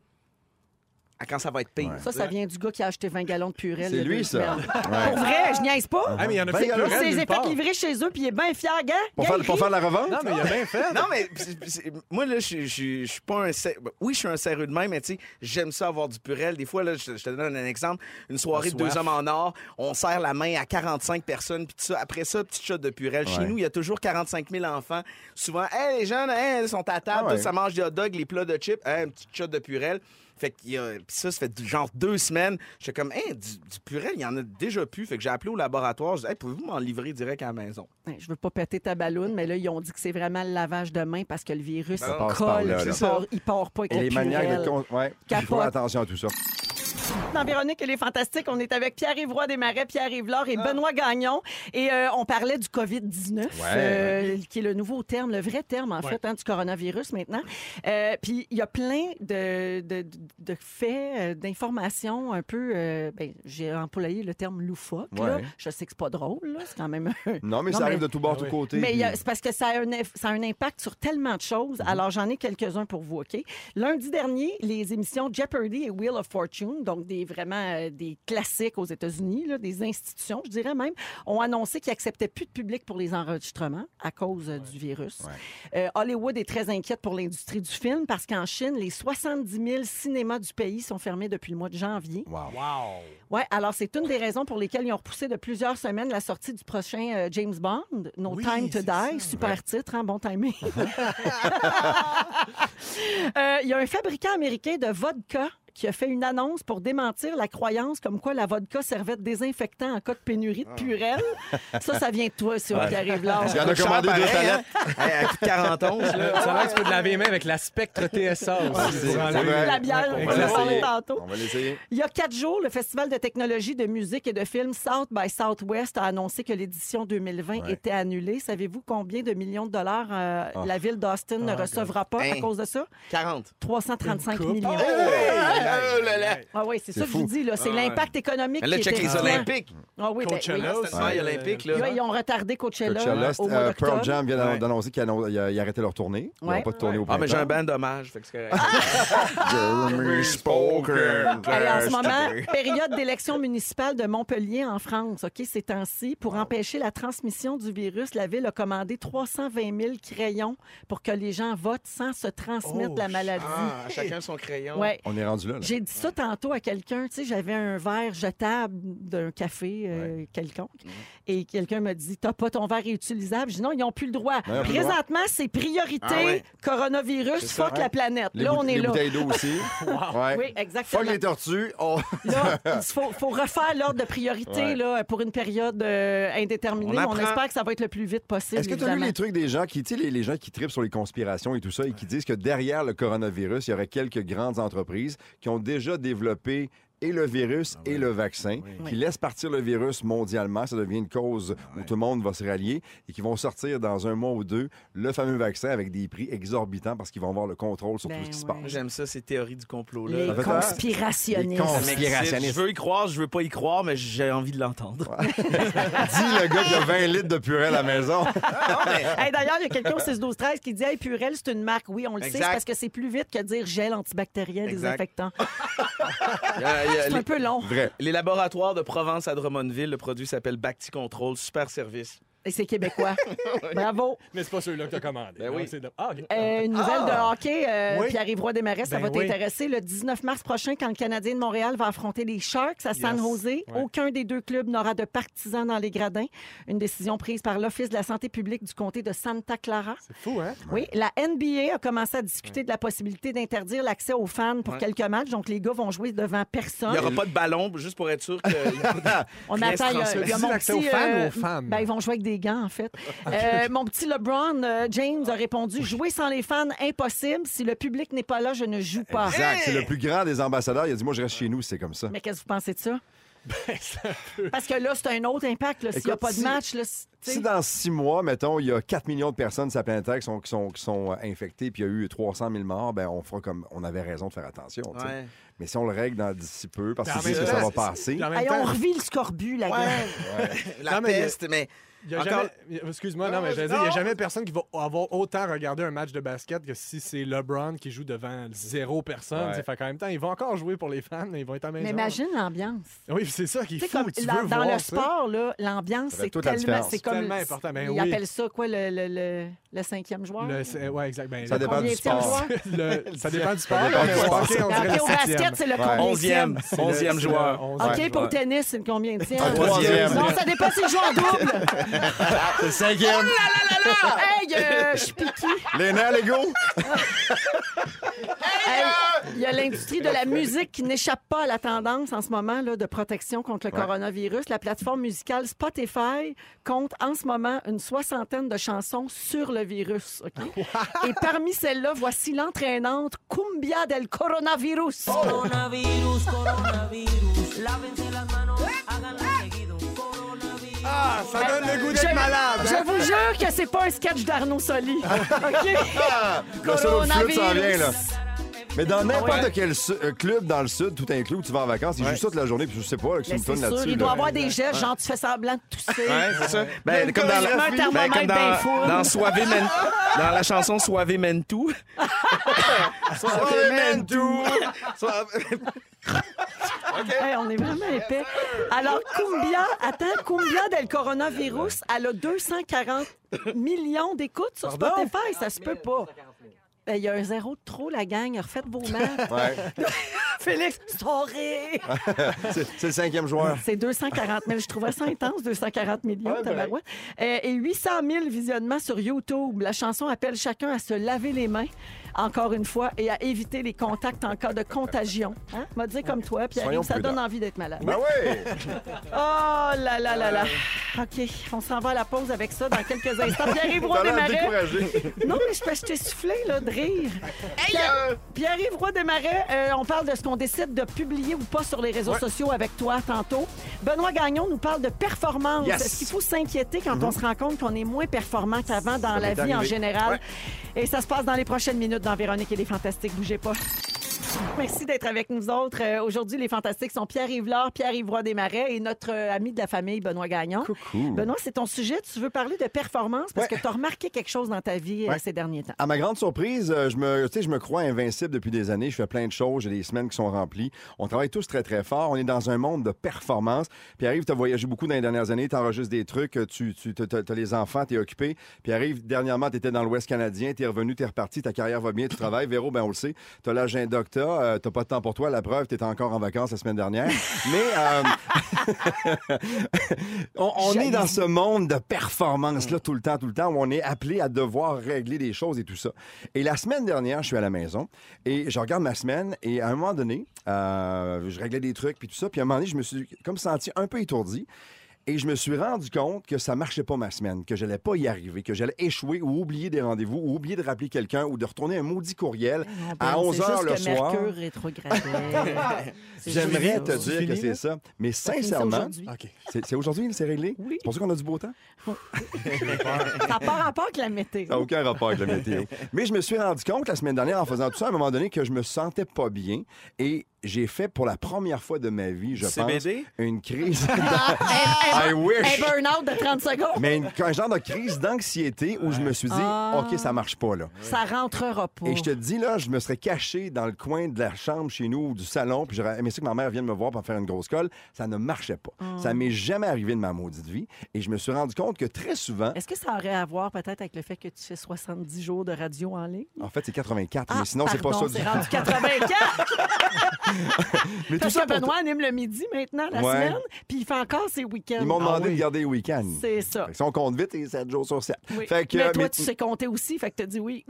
S4: à quand ça va être pire.
S2: Ouais.
S1: Ça, ça vient du gars qui a acheté 20 gallons de purée.
S2: C'est
S1: le
S2: lui,
S1: deux
S2: ça.
S1: semaines.
S2: Ouais.
S1: Pour vrai, je niaise pas.
S3: Ah, mais il y en a
S2: Ben,
S3: fait
S2: il y en a-
S3: pleurer
S1: C'est
S3: nulle
S1: les
S3: part.
S1: fait livrer chez eux, puis il est bien fier, gars.
S2: Pour,
S1: Gars,
S2: faire,
S1: il Ah.
S2: pour
S1: rit.
S2: faire la revente?
S3: Non, mais il y a bien fait.
S4: Non, mais c'est- c'est- moi, là, je je- je- je suis pas un. ser- Oui, je suis un serreux de main, mais tu sais, j'aime ça avoir du purel. Des fois, là, je, je te donne un exemple. Une soirée de deux hommes en or, on serre la main à 45 personnes, puis tout ça. Après ça, petite shot de purel. Chez
S2: Ouais.
S4: nous, il y a toujours 45 000 enfants. Souvent, hey, les jeunes, hey, ils sont à table,
S2: Ah ouais.
S4: tous, ça mange des hot dogs, les plats de chips, hey, une petite shot de purel. Fait que ça, ça fait du- genre deux semaines. J'étais comme, hey, du, du purel, il y en a déjà plus. Fait que j'ai appelé au laboratoire. Je dis, hey, pouvez-vous m'en livrer direct à la maison?
S1: Ouais, Je veux pas péter ta balloune, mais là, ils ont dit que c'est vraiment le lavage de main parce que le virus
S2: Ça passe par
S1: colle.
S2: là, là.
S1: il, part, il part pas avec
S2: Et
S1: le
S2: les maniaques de...
S1: Purel.
S2: con- Ouais, il faut
S1: Capote.
S2: faire attention à tout ça.
S1: Dans Véronique, elle est fantastique. On est avec Pierre-Yves Roy Desmarais, Pierre-Yves Laure et Benoît Gagnon. Et euh, on parlait du COVID-19, euh, qui est le nouveau terme, le vrai terme, en
S3: Ouais.
S1: fait, hein, du coronavirus maintenant. Euh, Puis il y a plein de, de- de faits, euh, d'informations un peu... euh, ben, J'ai employé le terme loufoque. là.
S2: Ouais.
S1: Je sais que c'est pas drôle, là. c'est quand même...
S2: Non, mais
S1: Non,
S2: ça arrive
S1: mais-
S2: de tous bords, tous
S3: Ah oui.
S2: côtés.
S1: Mais il y a-
S2: puis-
S1: c'est parce que ça a, un, eff- ça a un impact sur tellement de choses. Alors, j'en ai quelques-uns pour vous, OK? Lundi dernier, les émissions Jeopardy et Wheel of Fortune, donc des, vraiment euh, des classiques aux États-Unis, là, des institutions, je dirais même, ont annoncé qu'ils acceptaient plus de public pour les enregistrements à cause euh, du virus. Euh, Hollywood est très inquiète pour l'industrie du film parce qu'en Chine, les 70 000 cinémas du pays sont fermés depuis le mois de janvier.
S2: Wow.
S3: Wow.
S1: Oui, alors c'est une des raisons pour lesquelles ils ont repoussé de plusieurs semaines la sortie du prochain euh, James Bond, No
S3: Oui,
S1: Time to Die.
S3: c'est ça.
S1: Super titre, hein, bon timing. Euh, Il y a un fabricant américain de vodka qui a fait une annonce pour démentir la croyance comme quoi la vodka servait de désinfectant en cas de pénurie de purel. Ça, ça vient de toi, si on y arrive là.
S2: Il y en a commandé deux
S4: Pareil,
S2: palettes.
S4: hein? Hey, à plus de 40 onces, là.
S3: Ça va que tu peux te laver les mains avec la spectre TSA aussi.
S2: c'est-
S3: pour
S2: c'est
S3: enlever-
S2: vrai.
S1: La bière,
S3: Ouais,
S1: on va
S3: on va
S1: en parler
S2: l'essayer.
S1: tantôt.
S2: On va l'essayer.
S1: Il y a quatre jours, le Festival de technologie de musique et de films South by Southwest a annoncé que l'édition 2020
S2: Ouais.
S1: était annulée. Savez-vous combien de millions de dollars euh,
S2: Oh.
S1: la ville d'Austin ne recevra pas à
S4: Hein.
S1: cause de ça?
S4: 40.
S1: 335
S3: Une coupe.
S1: millions.
S4: Oh là là.
S1: Ah oui, c'est ça que je
S2: fou.
S1: vous dis. là. C'est
S4: Ah ouais.
S1: l'impact économique
S4: Mais Là,
S1: qui
S4: check
S1: était
S4: les
S1: grand.
S4: Olympiques.
S1: Ah oui, ben oui.
S3: Coachella aussi.
S4: C'était le olympique, là.
S1: Là, ils ont retardé Coachella,
S2: Coachella,
S1: au
S2: c'était-
S1: mois
S2: euh, Pearl
S1: d'octobre.
S2: Jam vient
S3: Ouais.
S2: d'annoncer qu'ils annon- ils ils arrêtaient leur tournée. Ils
S1: Ouais. Ah,
S2: n'ont pas de tournée au
S4: Ah, mais j'ai un
S2: printemps.
S4: band d'hommage, fait que c'est correct.
S2: Jeremy Spoker.
S1: Allez, en ce moment, période d'élection municipale de Montpellier en France, OK, ces temps-ci. Pour
S2: Ah.
S1: empêcher la transmission du virus, la Ville a commandé 320 000 crayons pour que les gens votent sans se transmettre
S3: Oh,
S1: la maladie.
S4: Ah, chacun son crayon.
S1: Ouais.
S2: On est rendu là. là.
S1: J'ai dit ça tantôt à quelqu'un, tu sais, j'avais un verre jetable d'un café euh, quelconque, et quelqu'un me dit, t'as pas ton verre réutilisable. Je dis non, ils n'ont plus le droit.
S2: ils ont plus le droit.
S1: Présentement, c'est priorité
S4: Ah ouais.
S1: coronavirus,
S2: C'est ça,
S1: fuck
S2: ouais.
S1: la planète.
S2: Les
S1: là, on
S2: boute-
S1: est
S2: les
S1: là.
S2: bouteilles d'eau aussi. Ouais.
S1: Oui, exactement.
S2: Fuck les tortues. on-
S1: Là, il faut, faut refaire l'ordre de priorité
S2: Ouais.
S1: là, pour une période euh, indéterminée.
S4: On
S1: mais On,
S4: apprend.
S1: espère que ça va être le plus vite possible.
S2: Est-ce que tu as lu
S1: évidemment.
S2: les trucs des gens qui, tu sais, les, les gens qui tripent sur les conspirations et tout ça et qui disent que derrière le coronavirus, il y aurait quelques grandes entreprises qui ont déjà développé et le virus et le vaccin, qui laissent partir le virus mondialement, ça devient une cause où tout le monde va se rallier, et qui vont sortir dans un mois ou deux le fameux vaccin avec des prix exorbitants parce qu'ils vont avoir le contrôle sur
S1: Ben
S2: tout ce qui se
S1: ouais.
S2: passe.
S4: Moi, J'aime ça, ces théories du complot.
S1: Les
S4: Là.
S2: Ça fait peur. Les
S1: conspirationnistes.
S2: cons.
S4: Ça m'excite.
S2: Conspirationniste.
S4: Je veux y croire, je veux pas y croire, mais j'ai envie de l'entendre.
S2: Dis le gars qui a 20 litres de purée à la maison.
S1: Hey, D'ailleurs, il y a quelqu'un au 6-12-13 qui dit hey, Purel, c'est une marque. Oui, on le sait,
S4: Exact.
S1: c'est parce que c'est plus vite que dire gel antibactérien
S4: Exact.
S1: désinfectant.
S4: Il y a- il y a
S1: C'est
S4: les-
S1: un peu long.
S2: Vrai.
S4: Les laboratoires de Provence à Drummondville, le produit s'appelle Bacti Control, super service.
S1: Et c'est québécois. Bravo.
S3: Mais c'est pas celui-là que t'as commandé.
S4: Ben oui.
S3: Non, c'est de- Ah, ok.
S1: Euh, une nouvelle de hockey, euh,
S3: Ah! Oui.
S1: Pierre-Yves des Marais, ça
S3: Ben
S1: va
S3: oui.
S1: t'intéresser. Le 19 mars prochain, quand le Canadien de Montréal va affronter les Sharks à San
S3: Yes.
S1: Jose,
S3: Ouais.
S1: aucun des deux clubs n'aura de partisans dans les gradins. Une décision prise par l'Office de la santé publique du comté de Santa Clara.
S3: C'est fou, hein?
S1: Oui, la NBA a commencé à discuter de la possibilité d'interdire l'accès aux fans pour
S4: Ouais.
S1: quelques matchs. Donc, les gars vont jouer devant
S4: Il
S1: personne.
S4: n'y aura pas de ballon, juste pour être sûr que.
S1: On
S4: Reste
S1: attend. il y a-
S4: transféré.
S1: il y a
S3: C'est
S1: mon
S3: l'accès aux
S1: petit,
S3: fans ou aux femmes?
S1: ben, ils vont jouer avec des gants, en fait. Euh, mon petit LeBron euh, James a répondu Jouer sans les fans, impossible. Si le public n'est pas là, je ne joue pas.
S2: Exact. C'est le plus grand des ambassadeurs. Il a dit Moi, je reste chez nous, c'est comme ça.
S1: Mais qu'est-ce que vous pensez de ça? Parce que là, c'est un autre impact. là. S'il n'y a
S2: Écoute,
S1: pas de
S2: si-
S1: match, là, c'est- tu sais,
S2: Si dans six mois, mettons, il y a 4 millions de personnes sur la planète Terre qui sont, qui sont, qui sont euh, infectées, puis il y a eu 300 000 morts, ben on fera comme on avait raison de faire attention. tu sais.
S4: Ouais.
S2: Mais si on le règle dans d'ici peu, parce
S3: Mais en
S2: que c'est
S3: même
S2: que ça
S3: temps,
S2: va passer.
S3: Puis en même
S1: hey, on
S3: temps,
S1: revit le scorbut, la gang.
S4: La
S3: Non, mais il y a-
S4: peste, mais.
S3: il y a
S4: Encore-
S3: jamais- Excuse-moi, non, mais j'allais dire, il n'y a jamais personne qui va avoir autant regardé un match de basket que si c'est LeBron qui joue devant zéro personne.
S2: Ouais.
S3: C'est Fait qu'en même temps, ils vont encore jouer pour les fans, mais ils vont être à la maison.
S1: Mais imagine l'ambiance.
S3: Oui, c'est ça qui
S1: Tu sais,
S3: est fou.
S1: comme
S3: Tu
S1: la-
S3: veux
S1: dans
S3: voir
S1: le
S3: ça.
S1: sport, là, l'ambiance,
S2: Ça fait
S1: c'est
S2: toute la
S1: tellement,
S2: différence.
S1: c'est
S2: C'est
S1: comme
S3: tellement important, ben
S1: ils
S3: oui.
S1: appellent ça quoi le, le, le, le cinquième joueur
S3: Le- c'est- ouais, exact. Ben,
S2: Ça
S3: le-
S2: dépend du
S1: Combienième
S2: sport.
S1: joueur?
S3: le- ça dépend du sport.
S2: dépend
S3: mais
S2: du sport.
S3: hockey, on
S1: Ben,
S3: dirait
S1: ok,
S3: le
S1: au
S3: septième.
S1: basket, c'est le
S2: Ouais.
S1: combienième?
S4: Onzième.
S3: C'est le-
S4: Onzième
S3: c'est le
S4: joueur.
S3: onzième
S1: OK, pour
S3: joueur.
S1: au tennis, c'est le combien de
S2: Un troisième.
S1: Non, ça dépend si je joue en double.
S2: C'est le cinquième.
S1: hey, euh, je suis piquée.
S2: Léna, les go!
S1: Hey, il y a l'industrie de la musique qui n'échappe pas à la tendance en ce moment là, de protection contre le
S2: Ouais.
S1: coronavirus. La plateforme musicale Spotify compte en ce moment une soixantaine de chansons sur le virus. OK?
S2: Ah,
S1: Et parmi celles-là, voici l'entraînante Cumbia del Coronavirus.
S2: Oh,
S4: Ah, ça donne le goût
S1: Je-
S4: d'être malade.
S1: Je vous jure que c'est pas un sketch d'Arnaud Soli. OK?
S2: Le solo de flûte s'en vient,
S1: Coronavirus.
S2: là. Mais dans n'importe
S4: Ouais.
S2: quel su- euh, club dans le sud, tout inclus, où tu vas en vacances, ils jouent ça toute la journée, puis je sais pas, là, que tu
S1: Mais Ben,
S2: me
S1: c'est
S2: tournes
S1: sûr,
S2: là-dessus.
S1: il doit
S2: là.
S1: avoir des gestes, genre tu fais semblant de tousser.
S4: Ouais, c'est ça. Ben,
S1: Même
S4: comme dans,
S1: quand il met un
S4: la, ben,
S1: thermomètre
S4: comme dans,
S1: ben full.
S4: dans Suave Men- dans la chanson Suave Mentou. Suave Mentou.
S1: Hey, on est vraiment épais. Alors, Cumbia, attends, Cumbia del coronavirus, elle a 240 millions d'écoutes sur
S4: Pardon?
S1: Spotify, ça se peut pas. Ben, Il y a un zéro de trop, la gang. Refaites vos maths.
S2: Ouais.
S1: Félix, sorry!
S2: C'est c'est le cinquième joueur.
S1: C'est 240 000. Je trouvais ça intense, 240 millions,
S2: Ouais, ben.
S1: tabarouette. Euh, et 800 000 visionnements sur YouTube. La chanson appelle chacun à se laver les mains, encore une fois, et à éviter les contacts en cas de contagion. Hein? M'a dit comme toi, puis
S2: Soyons
S1: ça donne
S2: prudents.
S1: envie d'être malade.
S2: Ben oui!
S1: Oh là là là là. OK, on s'en va à la pause avec ça dans quelques instants. Pierre-Yves Roy
S2: T'as l'air
S1: Desmarais.
S2: découragé.
S1: Non, mais c'est parce que je t'ai soufflé là, de rire. Pierre- Pierre-Yves Roy Desmarais, euh, on parle de ce qu'on décide de publier ou pas sur les réseaux sociaux avec toi tantôt. Benoît Gagnon nous parle de performance.
S2: Yes. Mm-hmm.
S1: Est-ce qu'il faut s'inquiéter quand on se rend compte qu'on est moins performant qu'avant dans la vie
S2: m'est
S1: en
S2: arrivé.
S1: général? Et ça se passe dans les prochaines minutes dans Véronique et les Fantastiques. Bougez pas. Merci d'être avec nous autres. Euh, Aujourd'hui, les fantastiques sont Pierre Yvelard, Pierre Yvroy Desmarais et notre euh, ami de la famille, Benoît Gagnon.
S2: Coucou.
S1: Benoît, c'est ton sujet. Tu veux parler de performance parce
S2: Ouais.
S1: que tu as remarqué quelque chose dans ta vie euh,
S2: Ouais.
S1: ces derniers temps.
S2: À ma grande surprise, euh, je me, tu sais, je me crois invincible depuis des années. Je fais plein de choses. J'ai des semaines qui sont remplies. On travaille tous très, très fort. On est dans un monde de performance. Puis arrive, tu as voyagé beaucoup dans les dernières années. Tu enregistres des trucs. euh, Tu, tu as les enfants, tu es occupé. Puis arrive, dernièrement, tu étais dans l'Ouest canadien. Tu es revenu, tu es reparti. Ta carrière va bien, tu travailles. Véro, ben on le sait. Tu as l'agenda que t'as. là, euh, t'as pas de temps pour toi. La preuve, t'étais encore en vacances la semaine dernière. Mais euh, on, on est dans ce monde de performance-là tout le temps, tout le temps, où on est appelé à devoir régler des choses et tout ça. Et la semaine dernière, je suis à la maison et je regarde ma semaine et à un moment donné, euh, je réglais des trucs puis tout ça. Puis à un moment donné, je me suis comme senti un peu étourdi. Et je me suis rendu compte que ça marchait pas ma semaine, que j'allais pas y arriver, que j'allais échouer ou oublier des rendez-vous ou oublier de rappeler quelqu'un ou de retourner un maudit courriel
S1: Ah, ben,
S2: à 11 h le soir.
S1: Mercure rétrogradait. C'est
S2: J'aimerais
S1: juste
S2: te
S1: ça.
S2: dire que c'est ça, mais
S1: finit ça
S2: sincèrement,
S1: aujourd'hui.
S2: OK. c'est c'est aujourd'hui, c'est réglé.
S1: Oui.
S2: C'est pour ça qu'on a du beau temps.
S1: Ça n'a pas rapport avec la météo.
S2: Ça n'a aucun rapport avec la météo. Mais je me suis rendu compte la semaine dernière en faisant tout ça, à un moment donné, que je me sentais pas bien et j'ai fait pour la première fois de ma vie, je pense,
S4: CBD?
S2: une crise.
S1: Un-
S8: Ah,
S1: un-
S2: I
S8: eh ben,
S2: wish.
S1: Un burn-out de 30 secondes.
S2: Mais une- un genre de crise d'anxiété où je me suis dit,
S1: Ah.
S2: OK, ça marche pas, là.
S1: Ça rentrera pas.
S2: Et je te dis, là, je me serais caché dans le coin de la chambre chez nous ou du salon, puis j'aurais aimé ça que ma mère vienne me voir pour me faire une grosse colle. Ça ne marchait pas.
S1: Mm.
S2: Ça m'est jamais arrivé de ma maudite vie. Et je me suis rendu compte que très souvent,
S1: Est-ce que ça aurait à voir peut-être avec le fait que tu fais 70 jours de radio en ligne?
S2: en fait, c'est 84,
S1: Ah,
S2: mais sinon, c'est pas ça
S1: pardon,
S2: du
S1: C'est rendu 84!
S2: Mais tout
S1: Parce
S2: ça
S1: que
S2: pour
S1: Benoît anime le midi maintenant, la
S2: Ouais.
S1: semaine, puis il fait encore ses week-ends.
S2: Ils m'ont
S1: Ah
S2: demandé
S1: oui.
S2: de garder les week-ends.
S1: C'est ça.
S2: Fait que Si on compte vite, c'est 7 jours sur 7.
S1: Oui.
S2: Fait que, euh,
S1: mais toi,
S2: mais-
S1: tu sais compter aussi, fait que t'as dit oui.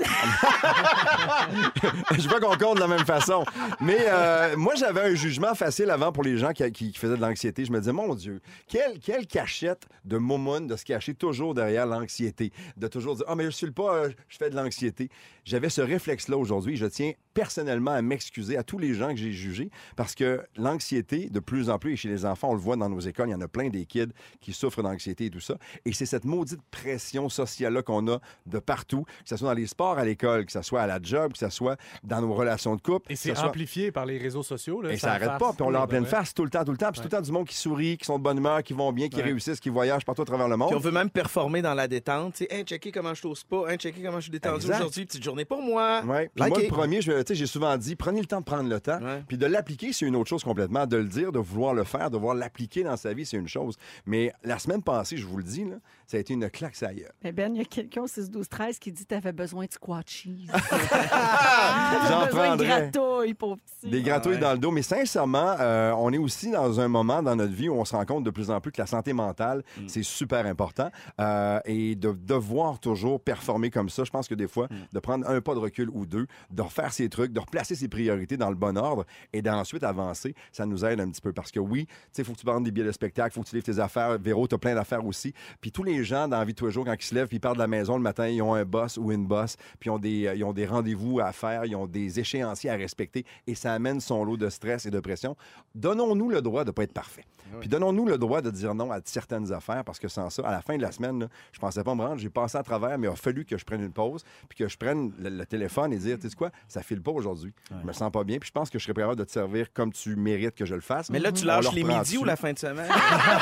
S2: je veux qu'on compte de la même façon. Mais euh, moi, j'avais un jugement facile avant pour les gens qui, qui- qui faisaient de l'anxiété. Je me disais, mon Dieu, quelle, quelle cachette de momoune de se cacher toujours derrière l'anxiété, de toujours dire, ah, mais je suis le pas, euh, je fais de l'anxiété. J'avais ce réflexe-là aujourd'hui. Je tiens personnellement à m'excuser à tous les gens que j'ai jugés parce que l'anxiété, de plus en plus, et chez les enfants, on le voit dans nos écoles, il y en a plein des kids qui souffrent d'anxiété et tout ça. Et c'est cette maudite pression sociale-là qu'on a de partout, que ce soit dans les sports à l'école, que ce soit à la job, que ce soit dans nos relations de couple.
S3: Et c'est
S2: que ce soit-
S3: amplifié par les réseaux sociaux. Là,
S2: Et ça arrête pas, puis on l'a en pleine face tout le temps, tout le temps, puis tout le temps du monde qui sourit, qui sont de bonne humeur, qui vont bien, qui
S4: Ouais.
S2: réussissent, qui voyagent partout à travers le
S4: Puis on
S2: monde.
S4: veut même performer dans la détente. Tu sais, hey, checker comment je tosse pas. Hey, checker comment je suis détendu
S2: Exact.
S4: aujourd'hui. Petite journée pour moi.
S2: Ouais. Puis
S4: Liker.
S2: moi, le premier, je- tu sais, j'ai souvent dit, prenez le temps de prendre le temps.
S4: Ouais.
S2: Puis de l'appliquer, c'est une autre chose complètement. De le dire, de vouloir le faire, de vouloir l'appliquer dans sa vie, c'est une chose. Mais la semaine passée, je vous le dis, là, ça a été une claque, ça ailleurs.
S1: Mais ben, il y a quelqu'un au 6-12-13 qui dit t'avais besoin de squat cheese. Ah,
S2: J'en
S1: T'avais besoin de
S2: prendrais.
S1: gratouille, pauvre petit.
S2: Des gratouilles dans le dos. Mais sincèrement, euh, on est aussi dans un moment dans notre vie où on se rend compte de plus en plus que la santé mentale, c'est super important. Euh, et de devoir toujours performer comme ça, je pense que des fois, de prendre un pas de recul ou deux, de refaire ses trucs, de replacer ses priorités dans le bon ordre et d'ensuite avancer, ça nous aide un petit peu. Parce que oui, tu sais, faut que tu vendes des billets de spectacle, faut que tu livres tes affaires. Véro, t'as plein d'affaires aussi. Puis tous les gens dans la vie de tous les jours, quand ils se lèvent, puis ils partent de la maison le matin, ils ont un boss ou une boss, puis ils ont des, euh, ils ont des rendez-vous à faire, ils ont des échéanciers à respecter, et ça amène son lot de stress et de pression. Donnons-nous le droit de ne pas être parfait. Puis donnons-nous le droit de dire non à certaines affaires, parce que sans ça, à la fin de la semaine, là, je pensais pas me rendre, j'ai passé à travers, mais il a fallu que je prenne une pause, puis que je prenne le, le téléphone et dire, tu sais quoi, ça file pas aujourd'hui. Je me sens pas bien, puis je pense que je serais capable de te servir comme tu mérites que je le fasse.
S4: Mais là, tu
S2: On
S4: lâches
S2: leur
S4: les
S2: prend
S4: midis ou
S2: dessus.
S4: la fin de semaine. Le-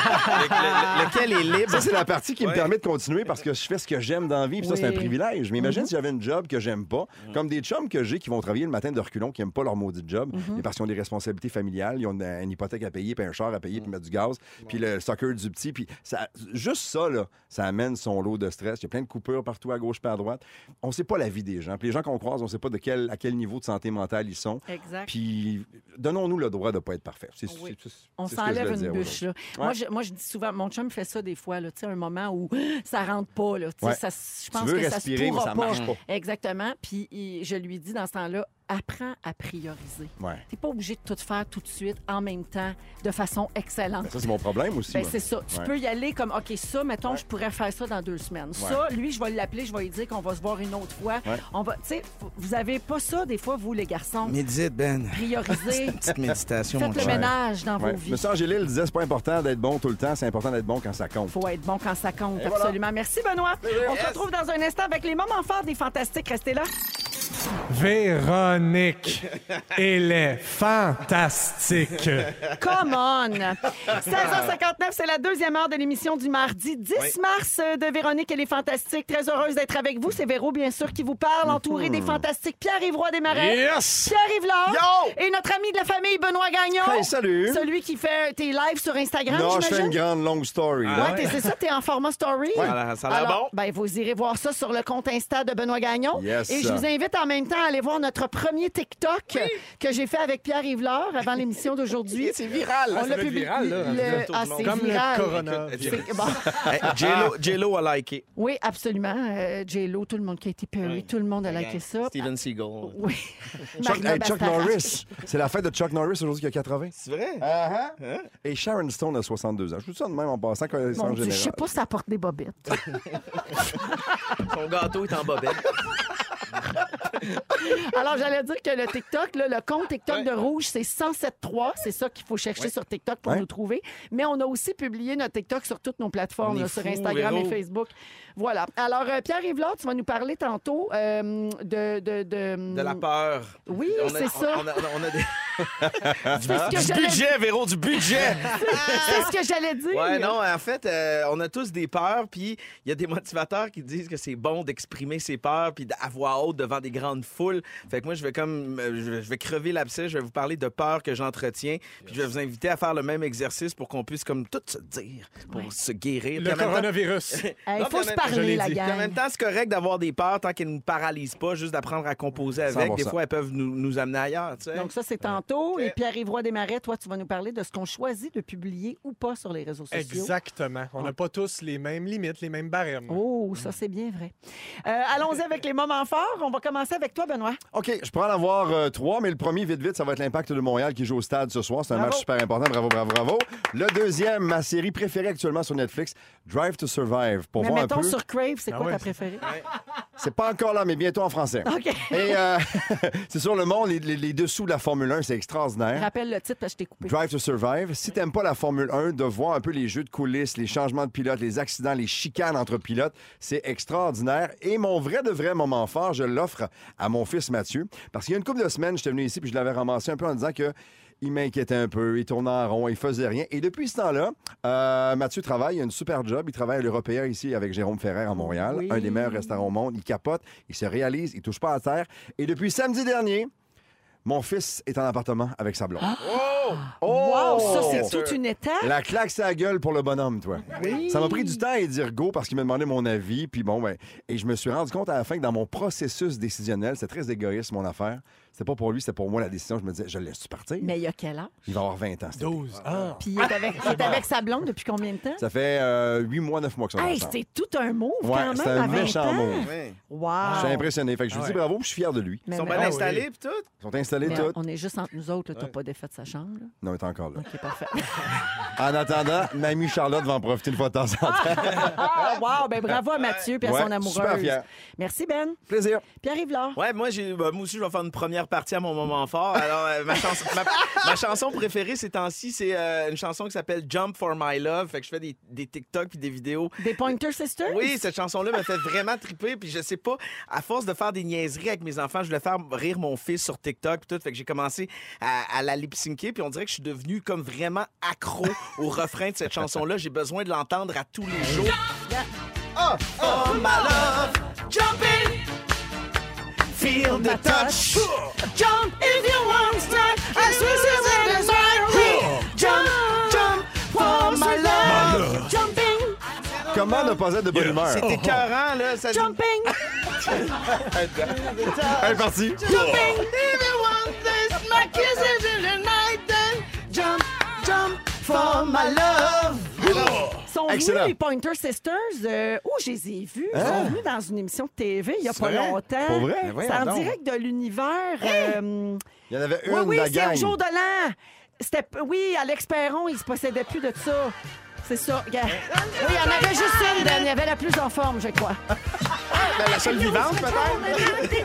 S4: le- lequel est libre?
S2: Ça, c'est la partie qui me
S4: Ouais.
S2: permet de continuer parce que je fais ce que j'aime dans la vie. Puis ça, c'est un
S1: Oui. Mhm.
S2: privilège. Mais imagine si j'avais une job que j'aime pas, comme des chums que j'ai qui vont travailler le matin de reculons, qui n'aiment pas leur maudit job,
S1: Mhm.
S2: mais parce qu'ils ont des responsabilités familiales, ils ont une, une hypothèque à payer, puis un char à payer, puis mettre du gaz, puis le soccer du petit. Puis ça, juste ça, là, ça amène son lot de stress. Il y a plein de coupures partout à gauche, pas à droite. On sait pas la vie des gens. Puis les gens qu'on croise, on sait pas de quel, à quel niveau de santé mentale ils sont.
S1: Exact.
S2: Puis donnons-nous le droit de pas être parfait. C'est-
S1: Oui.
S2: c'est- c'est-
S1: On
S2: c'est ce que je
S1: s'enlève
S2: voulais
S1: une
S2: dire
S1: bûche.
S2: aujourd'hui.
S1: Là. Moi, je, moi, je dis souvent, mon chum fait ça des fois, là, tu sais, un moment où ça rentre pas. Là, tu sais,
S2: Ouais.
S1: ça, se- je
S2: Tu
S1: pense
S2: veux
S1: que
S2: respirer, mais
S1: ça se pourra
S2: ça marche pas.
S1: Exactement. Puis il- je lui dis dans ce temps-là, apprends à prioriser.
S2: Ouais.
S1: Tu n'es pas obligé de tout faire tout de suite, en même temps, de façon excellente.
S2: Ben, ça, c'est mon problème aussi.
S1: Ben,
S2: moi.
S1: c'est ça. Tu
S2: Ouais.
S1: peux y aller comme, OK, ça, mettons, je pourrais faire ça dans deux semaines. Ça, lui, je vais l'appeler, je vais lui dire qu'on va se voir une autre fois.
S2: Ouais.
S1: On va, tu sais, vous avez pas ça, des fois, vous, les garçons.
S4: Médite, Ben.
S1: Prioriser.
S4: Petite méditation, mon
S1: Faites le
S4: cher.
S1: ménage dans
S2: Ouais.
S1: vos vies.
S2: Monsieur Angélil disait c'est pas important d'être bon tout le temps, c'est important d'être bon quand ça compte.
S1: faut être bon quand ça compte,
S2: Et voilà.
S1: absolument. Merci, Benoît. On se retrouve dans un instant avec les moments forts des Fantastiques. Restez là.
S3: Véronique, elle est fantastique.
S1: Come on! 16h59, c'est la deuxième heure de l'émission du mardi 10 mars euh, de Véronique et les Fantastiques. Très heureuse d'être avec vous. C'est Véro, bien sûr, qui vous
S2: Mm-hmm.
S1: parle, entouré des Fantastiques Pierre-Yves Roy des Marais.
S3: Yes!
S1: Pierre-Yves Lard. Et notre ami de la famille, Benoît Gagnon.
S2: Hey, salut.
S1: Celui qui fait tes lives sur Instagram,
S2: non, je fais une
S1: j'imagine?
S2: grande longue story. là.
S1: Ouais, t'es- c'est ça, t'es en format story.
S4: Ouais, ça a l'air
S1: Alors,
S4: bon.
S1: Ben, vous irez voir ça sur le compte Insta de Benoît Gagnon.
S2: Yes.
S1: Et je vous invite en
S8: même temps aller voir notre premier TikTok que j'ai fait avec Pierre Yvelard avant l'émission d'aujourd'hui.
S4: C'est viral.
S8: On
S3: ça
S8: l'a
S3: doit être
S8: publié.
S3: viral, là,
S8: le-
S3: rendu là,
S4: tout
S8: Ah,
S4: le monde.
S8: c'est
S3: Comme
S8: viral.
S3: le corona.
S8: C'est- bon.
S4: Jello Jello a liké.
S8: Oui, absolument. Euh, J-Lo, tout le monde qui a été Perry,
S4: Oui.
S8: tout le monde a liké ça.
S4: Steven Seagal.
S8: Oui.
S2: Chuck,
S8: Marina
S2: hey, Chuck
S8: Bastara.
S2: Norris. C'est la fête de Chuck Norris aujourd'hui qui a 80.
S4: C'est vrai?
S2: Ah, ah.
S4: Hein?
S2: Et Sharon Stone a 62 ans. Je vous dis ça de même en passant, connaissance
S8: Mon Dieu, je
S2: générale.
S8: sais pas si ça apporte des bobettes.
S4: Son gâteau est en bobette.
S8: Alors, j'allais dire que le TikTok, là, le compte TikTok de Rouge, c'est 107.3. C'est ça qu'il faut chercher sur TikTok pour
S2: Ouais.
S8: nous trouver. Mais on a aussi publié notre TikTok sur toutes nos plateformes,
S4: On est
S8: là, sur
S4: fous,
S8: Instagram
S4: Véro.
S8: et Facebook. Voilà. Alors, euh, Pierre Yvelard, tu vas nous parler tantôt euh, de, de, de...
S4: De la peur.
S8: Oui,
S4: On a-
S8: c'est
S4: on-
S8: ça.
S4: On a, on a des...
S8: C'est ce que
S4: Ah, Du
S8: j'allais-
S4: budget, Véro, du budget!
S8: c'est ce que j'allais dire.
S4: Ouais, non, en fait, euh, on a tous des peurs, puis il y a des motivateurs qui disent que c'est bon d'exprimer ses peurs, puis à voix haute devant des grandes foules. Fait que moi, je vais comme, euh, je vais- je vais crever l'abcès, je vais vous parler de peurs que j'entretiens, puis je vais vous inviter à faire le même exercice pour qu'on puisse comme tout se dire, pour se guérir. Puis
S3: Le
S4: en même temps-
S3: coronavirus.
S8: Hey, Il
S4: Non,
S8: faut
S4: puis
S8: se
S4: en même- je
S8: parler,
S3: l'ai
S8: la
S3: dit.
S4: Puis En même
S8: gang.
S4: temps, c'est correct d'avoir des peurs tant qu'elles ne nous paralysent pas, juste d'apprendre à composer avec. Des
S2: 100%.
S4: fois, elles peuvent nous, nous amener ailleurs. tu sais.
S1: Donc ça, c'est tantôt.
S4: Ouais.
S1: Et Pierre-Yvroy Desmarais, toi, tu vas nous parler de ce qu'on choisit de publier ou pas sur les réseaux sociaux.
S3: Exactement. On n'a pas tous les mêmes limites, les mêmes barèmes.
S1: Oh, ça, c'est bien vrai. Euh, Allons-y avec les moments forts. On va commencer avec toi, Benoît.
S2: OK, je pourrais en avoir euh, trois, mais le premier, vite, vite, ça va être l'impact de Montréal qui joue au stade ce soir. C'est un
S1: Bravo.
S2: match super important. Bravo, bravo, bravo. Le deuxième, ma série préférée actuellement sur Netflix, Drive to Survive. Pour
S1: Mais
S2: voir un
S1: mettons
S2: peu.
S1: sur Crave, c'est
S3: Ah
S1: quoi
S3: ouais,
S1: ta
S3: c'est-
S1: préférée?
S2: C'est pas encore là, mais bientôt en français.
S1: OK.
S2: Et euh, c'est sur le monde, les, les- les dessous de la Formule 1, c'est extraordinaire.
S1: Rappelle le titre parce que je t'ai coupé.
S2: Drive to Survive. Si t'aimes pas la Formule 1, de voir un peu les jeux de coulisses, les changements de pilotes, les accidents, les chicanes entre pilotes, c'est extraordinaire. Et mon vrai de vrai moment fort, je l'offre à mon fils Mathieu. Parce qu'il y a une couple de semaines, j'étais venu ici puis je l'avais ramassé un peu en disant que il m'inquiétait un peu, il tournait en rond, il faisait rien. Et depuis ce temps-là, euh, Mathieu travaille, il a une super job. Il travaille à l'Européen ici avec Jérôme Ferrer à Montréal,
S1: Oui.
S2: un des meilleurs restaurants au monde. Il capote, il se réalise, il touche pas à terre. Et depuis samedi dernier, mon fils est en appartement avec sa blonde. Oh!
S1: Wow, ça,
S4: Yes,
S1: c'est
S4: sir.
S1: toute une étape.
S2: La claque sa gueule pour le bonhomme, toi. Ça m'a pris du temps à y dire go parce qu'il me demandait mon avis, puis bon, ben, et je me suis rendu compte à la fin que dans mon processus décisionnel, c'est très égoïste mon affaire. C'était pas pour lui, c'était pour moi la décision. Je me disais, je le laisse-tu partir?
S1: Mais il y a quel âge?
S2: Il va avoir 20 ans. cet été.
S3: 12. Ah.
S1: Puis il est avec, il est avec sa blonde depuis combien de temps?
S2: Ça fait euh, 8 mois, 9 mois que ça
S1: Hey, c'est tout un move
S2: Ouais,
S1: quand même
S2: c'est un
S1: à 20
S2: méchant
S1: ans.
S2: move.
S4: Ouais.
S2: Je suis
S1: Wow.
S2: impressionné. Fait que je vous
S3: Ah
S2: dis
S3: ouais.
S2: bravo, puis je suis fier de lui.
S1: Mais
S4: Ils sont
S1: non.
S4: bien
S3: Ah oui.
S4: installés, puis tout.
S2: Ils sont installés
S1: Mais
S2: tous.
S1: on est juste entre nous autres. là. T'as pas défait de sa chambre. là.
S2: Non, il est encore là.
S1: OK, parfait.
S2: En attendant, Mamie Charlotte va en profiter une fois de temps en temps.
S1: Ah, wow, ben bravo à Mathieu et à
S2: Ouais,
S1: son amoureuse.
S2: super fier.
S1: Merci, Ben.
S2: Plaisir.
S1: Pierre-Yves Lard.
S4: Ouais, moi, j'ai, ben, moi aussi, je vais faire une première partie à mon moment fort. Alors, euh, ma, chanson, ma, ma chanson préférée ces temps-ci, c'est euh, une chanson qui s'appelle Jump for My Love. Fait que je fais des, des TikTok puis des vidéos.
S1: Des Pointer Sisters?
S4: Oui, cette chanson-là me fait vraiment triper. Puis je sais pas, à force de faire des niaiseries avec mes enfants, je voulais faire rire mon fils sur TikTok. Puis tout. Fait que j'ai commencé à, à la lip-syncer. Puis on dirait que je suis devenu comme vraiment accro au refrain de cette chanson-là. J'ai besoin de l'entendre à tous les jours. Oh, oh, my love, jump in. Feel the touch. Jump if you want to. As this is a desire. Jump, jump for my love.
S1: Jumping!
S2: Comment ne pas être de bonne humeur?
S4: C'est écœurant, là. Ça...
S1: Jumping!
S2: Allez, parti.
S4: Jumping if you want this. My kisses in the night. Then jump, jump for oh, my love.
S1: sont
S2: Excellent.
S1: venus, les Pointer Sisters. Euh, oh, je les ai vus. Ils sont venus dans une émission de TV il n'y a pas
S4: vrai?
S1: longtemps.
S2: Pour Hein? vrai? Mais
S1: C'est
S2: voyons
S1: en
S2: donc. Hein?
S1: direct de l'univers. euh,
S2: Il y en avait une,
S1: oui, oui,
S2: la
S1: c'est
S2: gang.
S1: au jour de l'an. C'était, oui, Alex Perron, il se possédait plus de ça. C'est ça. Regarde.
S2: Hein?
S1: Oui, il y en avait juste une, Ben. Il y avait la plus en forme, je crois.
S4: la seule vivante, peut-être.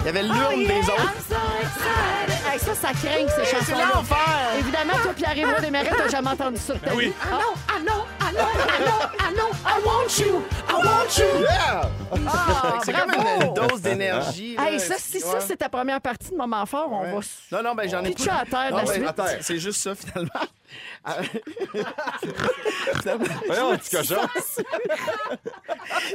S4: Il y avait l'urne des autres.
S1: I'm so excited.
S8: Hey, ça, ça craint que ces chansons-là. Évidemment, toi, Pierre-Yves Desmarais, t'as jamais entendu ça
S4: Ben
S8: de ta vie. Ah,
S1: I know, I know, I know, I know, I want you, I want you.
S2: Yeah!
S8: ah,
S4: C'est comme
S8: bravo!
S4: une, une dose d'énergie. là.
S8: Hey, ça, si ça,
S4: Ouais.
S8: c'est ta première partie de Moment fort, on va s-
S4: Non, non, ben j'en ai
S8: pitcher
S4: pas.
S8: à terre
S4: Non,
S8: la
S4: ben,
S8: suite.
S4: attends, C'est juste ça, finalement. Ah,
S2: Voyons, petit cochon.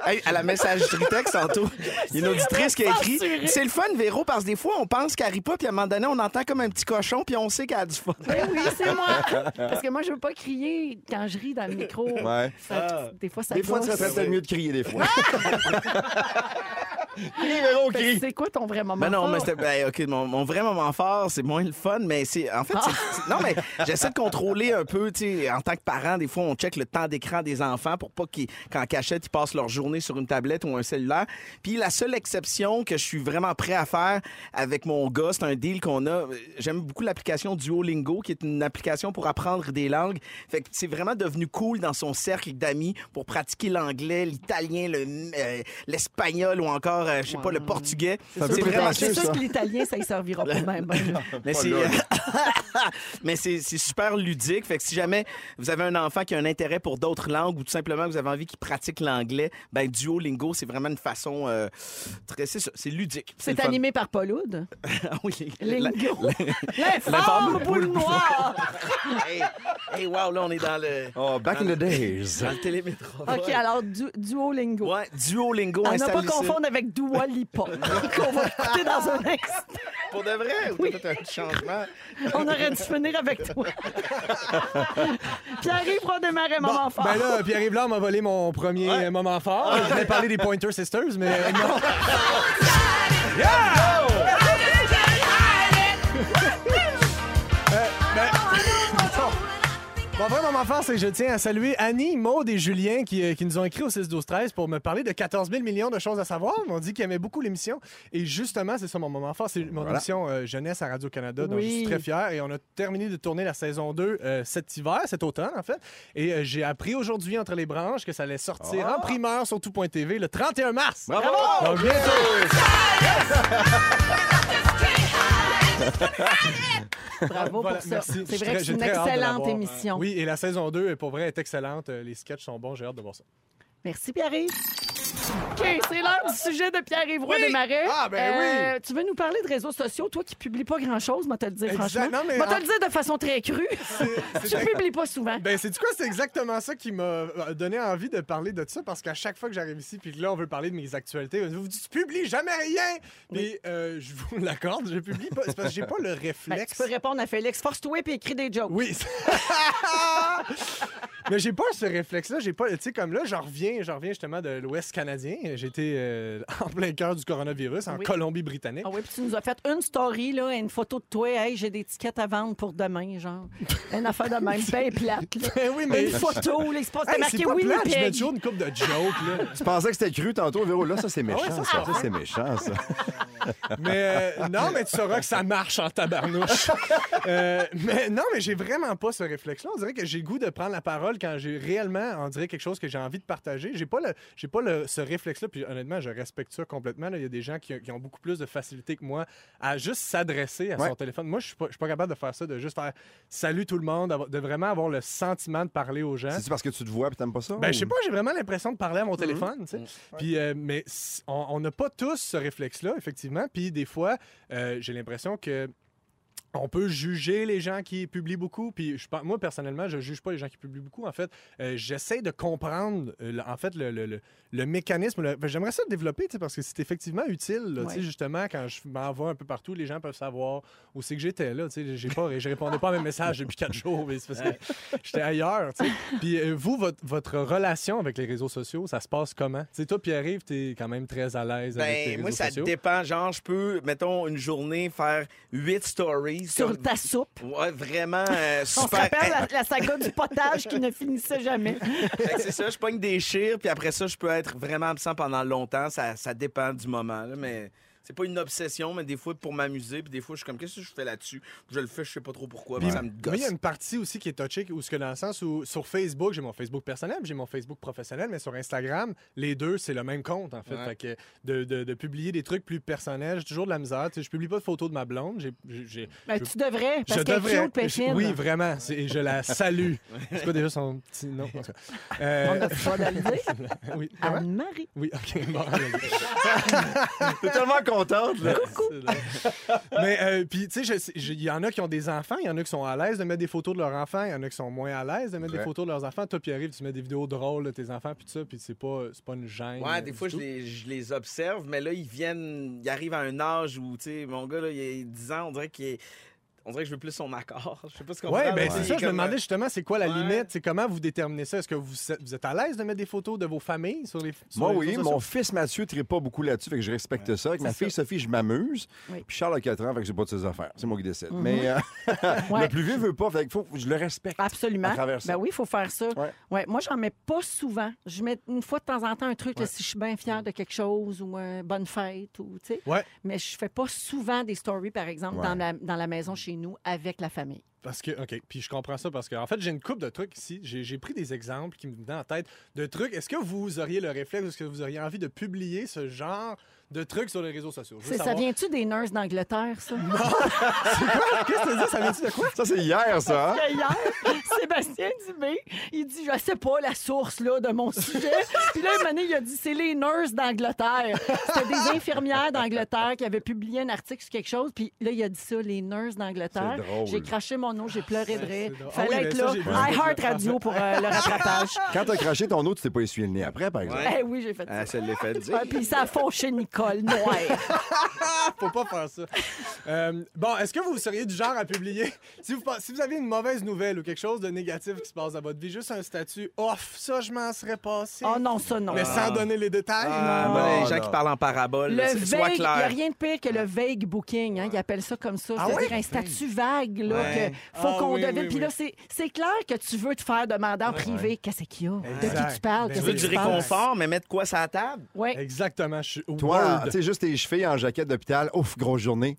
S4: hey, à la messagerie texte, tantôt, il y a une auditrice qui a écrit C'est le fun, Véro, parce que des fois, on pense qu'elle rit pas, puis à un moment donné, on entend comme un petit cochon, puis on sait qu'elle a du fun.
S8: Ben oui, c'est moi. Parce que moi, je veux pas crier quand je ris dans le micro.
S2: Ouais.
S8: Ça- des fois, ça
S2: Des fois, tu
S8: gosse.
S2: serais peut-être mieux de crier des fois.
S4: Libéraux
S8: Fait que
S4: gris.
S8: C'est quoi ton vrai moment
S4: Ben non,
S8: fort?
S4: mais c'était. ben, OK, mon, mon vrai moment fort, c'est moins le fun, mais c'est. En fait, c'est- c'est- non, mais j'essaie de contrôler un peu, tu sais. En tant que parent, des fois, on check le temps d'écran des enfants pour pas qu'ils, qu'en cachette, ils passent leur journée sur une tablette ou un cellulaire. Puis la seule exception que je suis vraiment prêt à faire avec mon gars, c'est un deal qu'on a. J'aime beaucoup l'application Duolingo, qui est une application pour apprendre des langues. Fait que c'est vraiment devenu cool dans son cercle d'amis pour pratiquer l'anglais, l'italien, le, euh, l'espagnol ou encore, euh, je sais pas, le portugais.
S2: peu
S4: C'est vraiment
S2: prétentieux,
S1: C'est sûr que l'italien, ça Ben, y servira pas même.
S4: mais c'est mais c'est c'est super ludique. Fait que si jamais vous avez un enfant qui a un intérêt pour d'autres langues ou tout simplement que vous avez envie qu'il pratique l'anglais, ben Duolingo, c'est vraiment une façon euh, très c'est ça, c'est ludique.
S1: C'est
S4: le fun.
S1: animé par Paul Oud.
S4: Ah oui, les- la-
S1: Lingo.
S4: L'informe
S1: L'informe boule noire.
S4: hey, hey, wow, là on est dans le
S2: Oh, back in the days.
S4: dans le télémétro.
S1: OK, alors du- Duolingo.
S4: Ouais, Duolingo,
S1: À ne pas
S4: installez ça.
S1: confondre avec Dua Lipa, qu'on va écouter dans un instant.
S4: Pour de vrai, ou
S1: Oui.
S4: t'as fait un petit changement.
S1: On aurait dû finir avec toi. Pierre-Yves, on démarre un moment fort.
S3: Ben là, Pierre-Yves Blanc m'a volé mon premier euh, moment fort. Je voulais parler des Pointer Sisters, mais euh, non. Yeah! Euh, ben, non. Mon vrai moment fort, c'est que je tiens à saluer Annie, Maude et Julien qui, euh, qui nous ont écrit au 6-12-13 pour me parler de 14 000 millions de choses à savoir. Ils m'ont dit qu'ils aimaient beaucoup l'émission. Et justement, c'est ça mon moment fort. C'est mon
S2: Voilà.
S3: émission euh, Jeunesse à Radio-Canada, dont
S1: Oui.
S3: je suis très fier. Et on a terminé de tourner la saison 2 euh, cet hiver, cet automne, en fait. Et euh, j'ai appris aujourd'hui, entre les branches, que ça allait sortir en primeur sur tout.tv le 31 mars.
S2: Ah. Bravo!
S3: Donc, bientôt.
S1: Bravo
S3: Voilà,
S1: pour ça.
S3: merci. Je
S1: C'est
S3: suis
S1: vrai
S3: très-
S1: que c'est
S3: j'ai
S1: une
S3: très hâte de
S1: excellente
S3: l'avoir.
S1: émission.
S3: Oui, et la saison 2, euh, pour vrai, est excellente. Euh, Les sketchs sont bons, j'ai hâte de voir ça.
S1: Merci, Pierre-Yves.
S8: OK, c'est l'heure du sujet de Pierre-Yves Roy Desmarais.
S3: Ah, ben
S8: oui! Tu veux nous parler de réseaux sociaux, toi qui publies pas grand-chose, moi te le dire
S3: Exact.
S8: franchement.
S3: Non, mais
S8: Moi te
S3: en-
S8: le dire de façon très crue. Tu publies pas souvent.
S3: Ben, c'est quoi? C'est exactement ça qui m'a euh, donné envie de parler de ça parce qu'à chaque fois que j'arrive ici, puis que là, on veut parler de mes actualités, vous vous dites, tu publies jamais rien! Mais euh, je vous l'accorde, je publie pas. C'est parce que j'ai pas le
S1: Ben,
S3: réflexe.
S1: tu peux répondre à Félix. Force-toi et écris des jokes.
S3: Oui. c'est- Mais j'ai pas ce réflexe-là. J'ai pas. Tu sais, comme là, j'en reviens, j'en reviens justement de l'Ouest canadien. J'étais euh, en plein cœur du coronavirus en
S1: Oui.
S3: Colombie-Britannique.
S1: Ah oui, puis tu nous as fait une story là, et une photo de toi. Hey, j'ai des tickets à vendre pour demain, genre. Une affaire de même, bien plate. là.
S3: Ben oui,
S1: Une photo, là, il se passe-
S3: Hey,
S1: t'as marqué
S3: c'est pas plate, je mets
S1: Winnipeg.
S3: toujours une coupe de jokes, là. Ah
S2: Tu pensais que c'était cru tantôt, Véro. Là, ça, c'est méchant,
S3: ouais, ça,
S2: ça. Ça, c'est méchant, ça.
S3: Mais euh, non, mais tu sauras que ça marche en tabarnouche. Euh, mais non, mais j'ai vraiment pas ce réflexe-là. On dirait que j'ai le goût de prendre la parole quand j'ai réellement, on dirait quelque chose que j'ai envie de partager. J'ai pas le, j'ai pas le, ce réflexe-là. Puis honnêtement, je respecte ça complètement. là. Il y a des gens qui, qui ont beaucoup plus de facilité que moi à juste s'adresser à
S2: Ouais.
S3: son téléphone. Moi, je suis pas, je suis pas capable de faire ça, de juste faire salut tout le monde, d'avoir- de vraiment avoir le sentiment de parler aux gens.
S2: C'est-tu parce que tu te vois et t'aimes pas ça?
S3: Ben, je sais
S2: ou-
S3: pas, j'ai vraiment l'impression de parler à mon téléphone, tu sais. Puis, euh, mais s- on on n'a pas tous ce réflexe-là, effectivement. Puis des fois, euh, j'ai l'impression que on peut juger les gens qui publient beaucoup. Puis je, pense- moi, personnellement, je juge pas les gens qui publient beaucoup. En fait, euh, j'essaie de comprendre, euh, le- en fait, le, le- le- le mécanisme. le- ben, J'aimerais ça le développer, tu sais, parce que c'est effectivement utile, là, tu sais,
S1: Ouais.
S3: justement, quand je m'envoie un peu partout, les gens peuvent savoir où c'est que j'étais, là, tu sais. J'ai pas, je répondais pas à mes messages depuis quatre jours, mais c'est parce que j'étais ailleurs, tu sais. Puis euh, vous, votre, votre relation avec les réseaux sociaux, ça se passe comment? Tu sais, toi, Pierre-Yves, t'es quand même très à l'aise avec les
S4: Ben,
S3: réseaux
S4: moi, ça
S3: sociaux.
S4: dépend. Genre, je peux, mettons, une journée faire 8 stories.
S1: Sur
S4: comme-
S1: ta soupe.
S4: Ouais, vraiment euh,
S1: On se
S4: super.
S1: rappelle la, la saga du potage qui ne finissait jamais.
S4: Fait que Eh, c'est ça, je pogne des chires, puis après ça, je peux être vraiment absent pendant longtemps. Ça, ça dépend du moment, là, mais c'est pas une obsession, mais des fois pour m'amuser, puis des fois, je suis comme, qu'est-ce que je fais là-dessus? Je le fais, je sais pas trop pourquoi, mais ça me
S3: Mais il y a
S4: gosse.
S3: une partie aussi qui est touchée, où ce que dans le sens où sur Facebook, j'ai mon Facebook personnel, puis j'ai mon Facebook professionnel, mais sur Instagram, les deux, c'est le même compte, en fait.
S4: Ouais.
S3: Fait que de, de- de publier des trucs plus personnels, j'ai toujours de la misère. Tu sais, je publie pas de photos de ma blonde. j'ai- j'ai- j'ai-
S1: Ben,
S3: je-
S1: tu devrais, parce
S3: je
S1: qu'elle est
S3: devrais.
S1: cute, péchine.
S3: Oui, vraiment. C'est- Et je la salue. C'est quoi déjà son petit nom? En tout cas.
S1: On
S3: Euh,
S1: a pas de le dire.
S3: oui. Comment?
S1: Anne-Marie.
S3: Oui, ok. bon, allez.
S2: T'es tellement contente, là.
S3: Mais euh, puis tu sais, je- je- il y en a qui ont des enfants, il y en a qui sont à l'aise de mettre des photos de leurs enfants, il y en a qui sont moins à l'aise de mettre
S2: Vrai.
S3: des photos de leurs enfants. Toi, pierre arrive, tu mets des vidéos drôles de tes enfants, puis tout ça, puis c'est pas, c'est pas une gêne.
S4: Ouais,
S3: euh,
S4: des
S3: du
S4: fois, je
S3: tout.
S4: les, je les observe, mais là, ils viennent, ils arrivent à un âge où, tu sais, mon gars, là, il a 10 ans, on dirait qu'il est on dirait que je veux plus son accord. Je sais pas ce qu'on
S3: Oui,
S4: parle, mais
S3: ben c'est
S4: il
S3: ça.
S4: est
S3: Je me
S4: comme, euh,
S3: demandais justement, c'est quoi la
S4: Ouais.
S3: limite? C'est comment vous déterminez ça? Est-ce que vous, vous êtes à l'aise de mettre des photos de vos familles sur les sur
S2: Moi,
S3: les
S2: oui.
S3: réseaux
S2: Mon
S3: sociaux?
S2: fils Mathieu ne pas beaucoup là-dessus, fait que je respecte ça. Avec ma fille Sophie, je m'amuse.
S1: Oui. Mhm.
S2: Puis Charles a 4 ans, fait que j'ai pas de ses affaires. C'est moi qui décide. Mais euh,
S1: Ouais.
S2: le plus vieux veut pas, fait que faut, je le respecte.
S1: Absolument.
S2: à travers ça.
S1: Ben oui, il faut faire ça.
S2: Ouais.
S1: Ouais. moi, j'en mets pas souvent. Je mets une fois de temps en temps un truc, là, si je suis bien fière de quelque chose ou euh, bonne fête ou, tu sais.
S3: Ouais.
S1: Mais je fais pas souvent des stories, par exemple,
S2: Ouais.
S1: dans, la, dans la maison chez nous avec la famille.
S3: Parce que, OK, puis je comprends ça parce que, en fait, j'ai une coupe de trucs ici. J'ai j'ai pris des exemples qui me venaient en tête de trucs. Est-ce que vous auriez le réflexe, est-ce que vous auriez envie de publier ce genre de trucs sur les réseaux sociaux? Je veux
S1: C'est- Ça
S3: savoir-
S1: vient-tu des nurses d'Angleterre, ça?
S3: Qu'est-ce que tu dis? Ça vient-tu de quoi?
S2: Ça, c'est hier, ça. hein?
S1: Parce que hier, Sébastien Dubé, il dit Je sais pas la source là, de mon sujet. Puis là, une année, il a dit C'est les nurses d'Angleterre. C'était des infirmières d'Angleterre qui avaient publié un article sur quelque chose. Puis là, il a dit ça Les nurses d'Angleterre.
S2: C'est drôle.
S1: J'ai craché mon nom, j'ai pleuré de rire.
S3: c'est drôle.
S1: Fallait
S3: Ah oui,
S1: être
S3: mais ça,
S1: là.
S3: j'ai vu.
S1: I Heart Radio pour euh, le rattrapage.
S2: Quand t'as craché ton eau, tu t'es pas essuyé le nez après, par exemple.
S1: Eh oui, j'ai fait ça.
S4: Ah, ça l'est fait dire.
S1: Ouais, puis ça a fonché Nicole Noir.
S3: Faut pas faire ça. Euh, bon, est-ce que vous seriez du genre à publier si vous, pense- si vous avez une mauvaise nouvelle ou quelque chose de négatif qui se passe dans votre vie, juste un statut off, ça je m'en serais passé.
S1: Oh non, ça, non.
S3: Mais sans donner les détails.
S4: Ah,
S3: non.
S4: ben, les
S2: Non,
S4: gens
S2: non.
S4: qui parlent en parabole,
S1: Le
S4: là, c'est- sois
S1: vague, il n'y a
S4: clair.
S1: rien de pire que le vague booking, hein, ils appellent ça comme ça.
S3: Ah
S1: C'est-à-dire
S3: ouais?
S1: un statut vague, là,
S4: Ouais.
S1: que faut
S3: Ah
S1: qu'on
S3: oui,
S1: devine.
S3: oui,
S1: Puis
S3: oui.
S1: là, c'est- c'est clair que tu veux te faire demander en privé qu'est-ce qu'il y a, de
S3: Exact.
S1: qui tu parles,
S4: Tu
S3: Ben
S1: qu'est-ce
S4: veux
S1: que
S3: oui.
S4: du
S1: tu penses.
S4: réconfort, mais mettre quoi sur la table?
S1: Ouais.
S3: Exactement, je suis
S2: Toi,
S3: word.
S2: tu sais, juste tes chevilles en jaquette d'hôpital, ouf, grosse journée.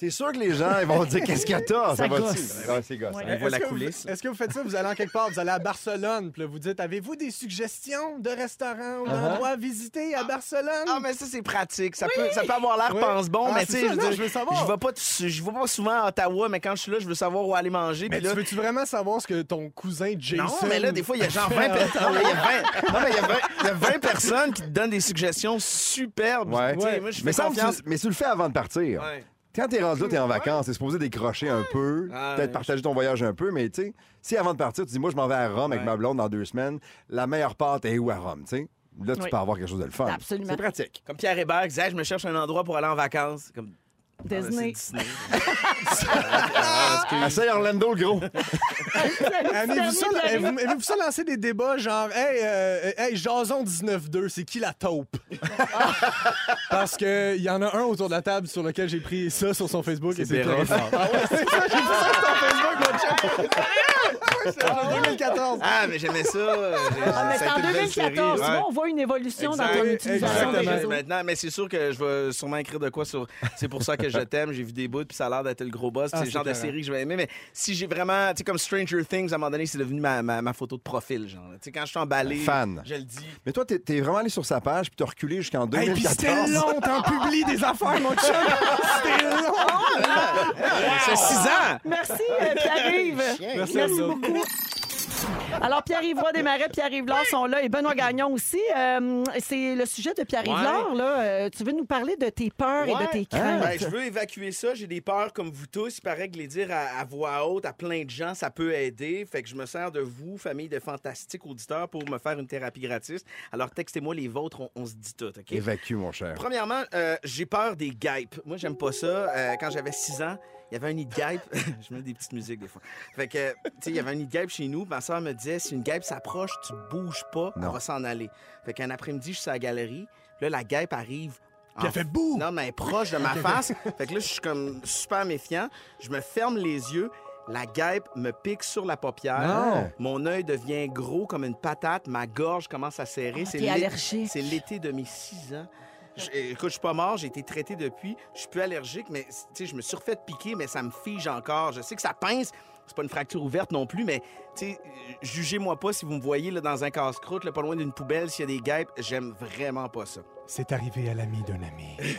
S2: C'est sûr que les gens, ils vont dire qu'est-ce qu'il y a t'as?
S1: Ça
S2: va-tu?
S1: gosse.
S2: Ouais, c'est gosse.
S4: On voit
S3: Eh, Est-ce
S4: la
S3: que vous-
S4: coulisse.
S3: Est-ce que vous faites ça? Vous allez en quelque part, vous allez à Barcelone, puis là, vous dites avez-vous des suggestions de restaurants ou d'endroits à visiter à Barcelone?
S4: Ah, mais ça, c'est pratique. Ça, peut, ça peut avoir l'air
S3: Oui.
S4: pense-bon,
S3: Ah,
S4: mais
S3: c'est
S4: tu sais,
S3: ça,
S4: je veux
S3: non,
S4: dire,
S3: je veux savoir.
S4: je vais pas, t- je vais pas souvent à Ottawa, mais quand je suis là, je veux savoir où aller manger.
S3: Mais
S4: puis là,
S3: tu veux-tu vraiment savoir ce que ton cousin Jason.
S4: non, mais là, des fois, il y a genre 20 personnes. Non, mais il y a 20 non, mais il y a 20 il y a 20 personnes qui te donnent des suggestions superbes.
S2: Ouais.
S4: Tu sais, Moi, je
S2: mais,
S4: fais
S2: semble que
S4: confiance.
S2: tu, mais tu le fais avant de partir.
S4: Ouais.
S2: Quand t'es rendu là, t'es en vacances, t'es supposé décrocher un peu,
S4: Ah,
S2: peut-être
S4: mais
S2: partager ton voyage un peu, mais tu sais, si avant de partir, tu dis, moi, je m'en vais à Rome avec
S4: Ouais.
S2: ma blonde dans deux semaines, la meilleure part est où à Rome, tu sais? Là, tu
S1: Oui.
S2: peux avoir quelque chose de le fun.
S1: Absolument.
S2: C'est pratique.
S4: Comme Pierre Hébert qui disait, Hey, je me cherche un endroit pour aller en vacances. Comme
S1: Disney.
S4: Ah, ben, c'est Disney.
S3: Ah,
S2: Essaye Orlando, le gros.
S3: Avez-vous ça, avez-vous- avez-vous ça lancé des débats genre, hey, euh, hey Jason 19-2, c'est qui la taupe? Parce qu'il y en a un autour de la table sur lequel j'ai pris ça sur son Facebook et c'est
S4: Béra.
S3: Pierre Hébert. Ah ouais, c'est ça, j'ai pris ça sur ton Facebook, mon chum. Ouais, c'est en 2014.
S4: Ah, mais j'aimais ça. J'ai-
S1: Ah, mais
S4: ça
S1: c'est
S4: a
S1: en
S4: été une belle
S1: 2014, tu vois,
S4: série. Ouais.
S1: on voit une évolution dans
S3: Exact.
S1: ton utilisation des
S3: Exactement.
S4: Exactement. Ben,
S1: réseaux.
S4: Maintenant, mais c'est sûr que je vais sûrement écrire de quoi sur. C'est pour ça que je t'aime. J'ai vu des bouts, puis ça a l'air d'être le gros boss. puis
S3: Ah,
S4: c'est le
S3: c'est
S4: genre de
S3: écœurant.
S4: série que je vais aimer. Mais si j'ai vraiment, tu sais, comme Stranger Things, à un moment donné, c'est devenu ma, ma, ma photo de profil, genre. Tu sais, quand je suis emballé,
S2: Fan.
S4: je le dis.
S2: Mais toi, t'es t'es vraiment allé sur sa page, puis t'as reculé jusqu'en
S3: Hey, puis
S2: 2014.
S3: c'était long, t'en publies des affaires, mon chum. C'était long.
S1: Ah!
S4: C'est 6 ans.
S1: Merci, euh, Pierre-Yves.
S3: Merci,
S1: Merci
S3: Arnaud.
S1: beaucoup. Alors, Pierre-Yves Roy Desmarais, Pierre-Yves Lard sont là et Benoît Gagnon aussi. Euh, c'est le sujet de Pierre-Yves
S4: Ouais.
S1: Lard, là. Euh, tu veux nous parler de tes peurs et de
S4: Ouais.
S1: tes craintes.
S2: Ah.
S4: Ben, je veux évacuer ça. J'ai des peurs comme vous tous. Il paraît que les dire à, à voix haute à plein de gens, ça peut aider. Fait que je me sers de vous, famille de fantastiques auditeurs, pour me faire une thérapie gratuite. Alors textez-moi les vôtres, on, on se dit tout, OK?
S2: Évacue, mon cher.
S4: Premièrement, euh, j'ai peur des guêpes. Moi, j'aime pas ça. Euh, quand j'avais 6 ans, il y avait un nid de guêpe. je mets des petites musiques des fois. Fait que, euh, tu sais, il y avait un nid de guêpe chez nous. Ma soeur me disait, si une guêpe s'approche, tu bouges pas,
S2: Non.
S4: on va s'en aller. Fait qu'un après-midi, je suis à la galerie. Là, la guêpe arrive.
S3: Puis
S4: en-
S3: elle fait bouh!
S4: Non, mais elle est proche de ma face. fait que là, je suis comme super méfiant. Je me ferme les yeux. La guêpe me pique sur la paupière.
S3: Ah!
S2: Non.
S4: Mon œil devient gros comme une patate. Ma gorge commence à serrer.
S1: Ah, t'es
S4: l'é-
S1: allergique.
S4: C'est l'été de mes 6 ans. Je- eh, écoute, je suis pas mort, j'ai été traité depuis. Je suis plus allergique, mais tu sais, je me suis refait piquer, mais ça me fige encore. Je sais que ça pince. C'est pas une fracture ouverte non plus, mais tu sais, euh, jugez-moi pas si vous me voyez là, dans un casse-croûte, là, pas loin d'une poubelle, s'il y a des guêpes. J'aime vraiment pas ça.
S3: C'est arrivé à l'ami d'un ami.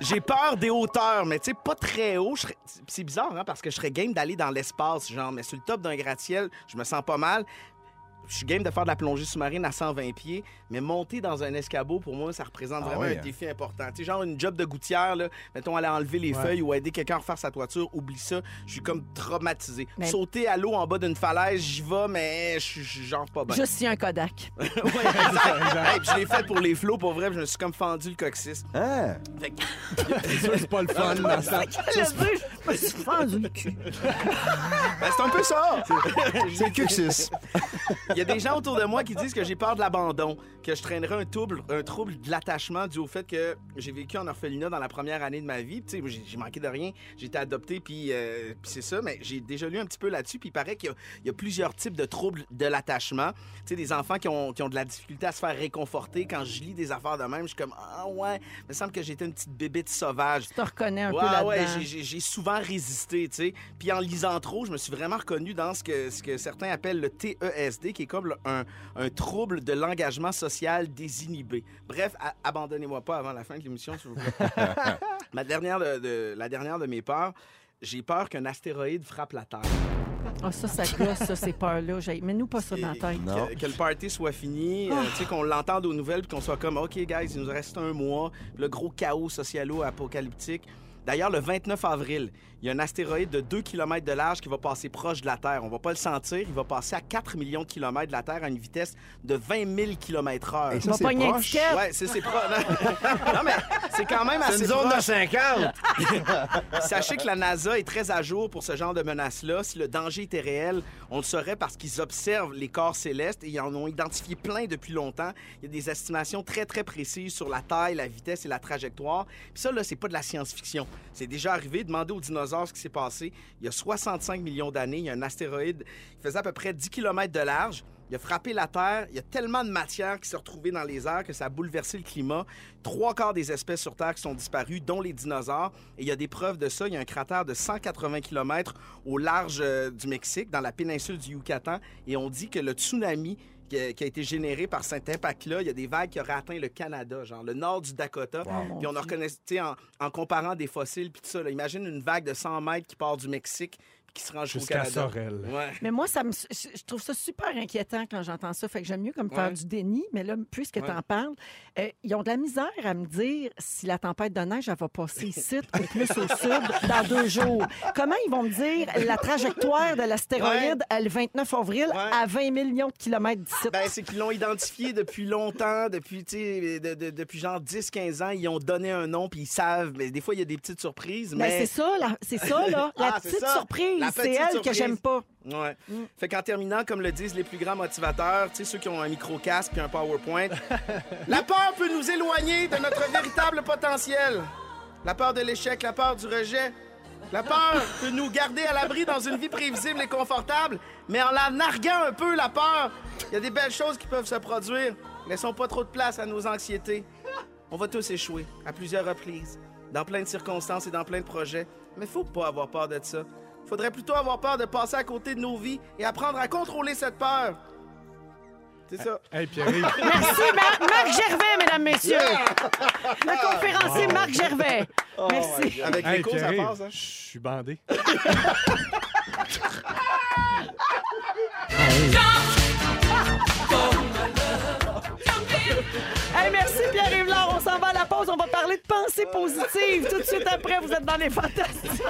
S4: J'ai peur des hauteurs, mais tu sais, pas très haut. je serais- C'est bizarre, hein, parce que je serais game d'aller dans l'espace, genre, mais sur le top d'un gratte-ciel, je me sens pas mal. je suis game de faire de la plongée sous-marine à 120 pieds, mais monter dans un escabeau, pour moi, ça représente
S2: Ah
S4: vraiment
S2: oui,
S4: un
S2: hein?
S4: défi important. Tu sais, genre une job de gouttière, là, mettons, aller enlever les feuilles ou aider quelqu'un à refaire sa toiture, oublie ça, je suis comme traumatisé.
S1: Mais-
S4: Sauter à l'eau en bas d'une falaise, j'y vais, mais je suis- je suis genre pas bon.
S1: Juste si un Kodak.
S4: Ouais, exact. Hey, puis je l'ai fait pour les flots, pour vrai, puis je me suis comme fendu le coccyx.
S2: Hein?
S3: C'est sûr que c'est pas le fun, dans ça.
S1: Je me suis fendu le cul.
S4: Ben, c'est un peu ça!
S2: C'est le coccyx.
S4: Il y a des gens autour de moi qui disent que j'ai peur de l'abandon, que je traînerai un trouble, un trouble de l'attachement dû au fait que j'ai vécu en orphelinat dans la première année de ma vie. Tu sais, j'ai- j'ai manqué de rien, j'ai été adopté, puis, euh, puis c'est ça. Mais j'ai déjà lu un petit peu là-dessus, puis il paraît qu'il y a- il y, a plusieurs types de troubles de l'attachement. Tu sais, des enfants qui ont, qui ont de la difficulté à se faire réconforter. Quand je lis des affaires de même, je suis comme ah ouais, il me semble que j'étais une petite bébête sauvage.
S1: Je te reconnais un peu
S4: Ouais,
S1: là-dedans.
S4: ouais, j'ai- j'ai j'ai souvent résisté, tu sais. Puis en lisant trop, je me suis vraiment reconnu dans ce que, ce que certains appellent le TESD, qui est comme le- un, un trouble de l'engagement social désinhibé. Bref, a- abandonnez-moi pas avant la fin de l'émission, s'il vous plaît. Ma dernière de, de- la dernière de mes peurs, j'ai peur qu'un astéroïde frappe la Terre.
S1: Ah, ça, ça gosse, ça, ces peurs-là. J'ai- Mais nous, pas ça dans la
S4: Et-
S1: tête.
S2: Non.
S4: Que, que le party soit fini, euh, tu sais, qu'on l'entende aux nouvelles, puis qu'on soit comme, OK, guys, il nous reste un mois, le gros chaos socialo-apocalyptique. D'ailleurs, le 29 avril, il y a un astéroïde de 2 km de large qui va passer proche de la Terre. On va pas le sentir. Il va passer à 4 millions de kilomètres de la Terre à une vitesse de 20 000 km heure.
S2: Hey,
S1: Tu m'as
S2: c'est
S1: pogné une
S2: proche.
S1: étiquette.
S4: Ouais, c'est c'est pro- Non, non, mais c'est quand même assez proche.
S9: 50!
S4: Sachez que la NASA est très à jour pour ce genre de menaces-là. Si le danger était réel, on le saurait parce qu'ils observent les corps célestes et ils en ont identifié plein depuis longtemps. Il y a des estimations très, très précises sur la taille, la vitesse et la trajectoire. Puis ça, là, c'est pas de la science-fiction. C'est déjà arrivé. Demandez aux dinosaures ce qui s'est passé. Il y a 65 millions d'années, il y a un astéroïde qui faisait à peu près 10 km de large. Il a frappé la Terre. Il y a tellement de matière qui s'est retrouvée dans les airs que ça a bouleversé le climat. Trois quarts des espèces sur Terre qui sont disparues, dont les dinosaures. Et il y a des preuves de ça. Il y a un cratère de 180 km au large euh, du Mexique, dans la péninsule du Yucatan. Et on dit que le tsunami qui a, qui a été généré par cet impact-là, il y a des vagues qui auraient atteint le Canada, genre le nord du Dakota. Puis on en reconnaît, tu sais, en, en comparant des fossiles, puis tout ça, là, imagine une vague de 100 mètres qui part du Mexique puis qui se range au
S3: Jusqu'à
S4: Canada.
S3: Sorel.
S4: Ouais.
S1: Mais moi, ça me, je je trouve ça super inquiétant quand j'entends ça. Fait que j'aime mieux comme faire
S4: Ouais.
S1: du déni. Mais là, puisque
S4: Ouais.
S1: tu en parles, euh, ils ont de la misère à me dire si la tempête de neige, elle va passer ici ou plus au sud dans deux jours. Comment ils vont me dire la trajectoire de l'astéroïde euh, le 29 avril
S4: Ouais.
S1: à 20 millions de kilomètres d'ici?
S4: Ben, c'est qu'ils l'ont identifié depuis longtemps, depuis, tu sais, de- de- depuis genre 10-15 ans. Ils ont donné un nom, puis ils savent. Mais des fois, il y a des petites surprises.
S1: Ben,
S4: mais
S1: c'est ça, la- c'est ça, là. La
S4: Ah, c'est
S1: petite
S4: ça.
S1: surprise,
S4: La
S1: c'est
S4: petite
S1: elle que
S4: surprise.
S1: j'aime pas.
S4: Ouais.
S1: Mm.
S4: Fait qu'en terminant, comme le disent les plus grands motivateurs, tu sais, ceux qui ont un micro-casque puis un PowerPoint, la peur peut nous éloigner de notre véritable potentiel. La peur de l'échec, la peur du rejet. La peur peut nous garder à l'abri dans une vie prévisible et confortable, mais en la narguant un peu, la peur, il y a des belles choses qui peuvent se produire. Laissons pas trop de place à nos anxiétés. On va tous échouer, à plusieurs reprises, dans plein de circonstances et dans plein de projets. Mais faut pas avoir peur de ça. Faudrait plutôt avoir peur de passer à côté de nos vies et apprendre à contrôler cette peur. C'est ça.
S3: Hey, Pierre-Yves,
S1: Merci, Mar- Ah, Marc Gervais, mesdames, messieurs. Le conférencier
S4: Ah,
S1: Marc Gervais.
S4: Oh,
S2: Ah,
S1: Merci.
S4: Avec
S3: hey,
S4: l'écho, ça
S3: Pierre-Yves,
S4: passe, hein?
S3: je suis bandé.
S1: Hey, merci Pierre-Yves Laure. On s'en va à la pause. On va parler de pensée positive. Tout de suite après, vous êtes dans les fantastiques.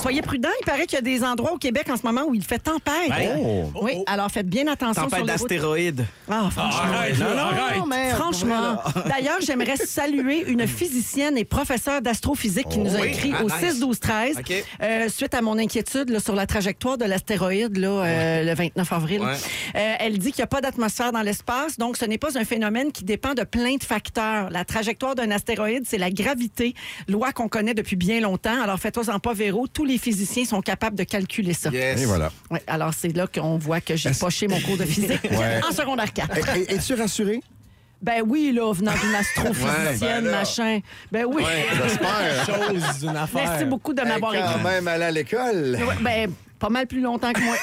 S1: Soyez prudents. Il paraît qu'il y a des endroits au Québec en ce moment où il fait tempête.
S2: Oh.
S1: Oui, alors faites bien attention sur les routes.
S4: d'astéroïdes.
S1: Ah, franchement.
S3: non, non, arrête!
S1: Franchement. D'ailleurs, j'aimerais saluer une physicienne et professeure d'astrophysique qui nous a
S4: Oui,
S1: écrit
S4: ah,
S1: au
S4: nice.
S1: 6 12 13
S4: OK.
S1: euh, suite à mon inquiétude là, sur la trajectoire de l'astéroïde là, euh, le 29 avril.
S4: Ouais.
S1: Euh, elle dit qu'il n'y a pas d'atmosphère dans l'espace, donc ce n'est pas un phénomène qui dépend de plein de facteurs. La trajectoire d'un astéroïde, c'est la gravité, loi qu'on connaît depuis bien longtemps. Alors faites-en pas Véro, tous les physiciens sont capables de calculer ça.
S4: Yes.
S2: Et voilà.
S1: Ouais, alors c'est là qu'on voit que j'ai poché mon cours de physique
S2: Ouais.
S1: en secondaire 4.
S2: Et- et- Es-tu rassuré?
S1: Ben oui, là, venant d'une astrophysicienne,
S2: Ouais, ben là.
S1: machin. Ben oui.
S2: J'espère.
S3: Chose d'une affaire.
S1: Merci beaucoup de m'avoir
S2: Hey,
S1: écrit.
S2: quand même aller à l'école.
S1: Ouais, ben, pas mal plus longtemps que moi.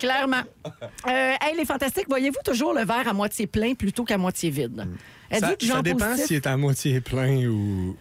S1: Clairement. Euh, hey, les fantastiques, voyez-vous toujours le verre à moitié plein plutôt qu'à moitié vide?
S3: Ça,
S1: Êtes-vous du
S3: ça
S1: genre
S3: dépend
S1: positif?
S3: s'il est à moitié plein ou.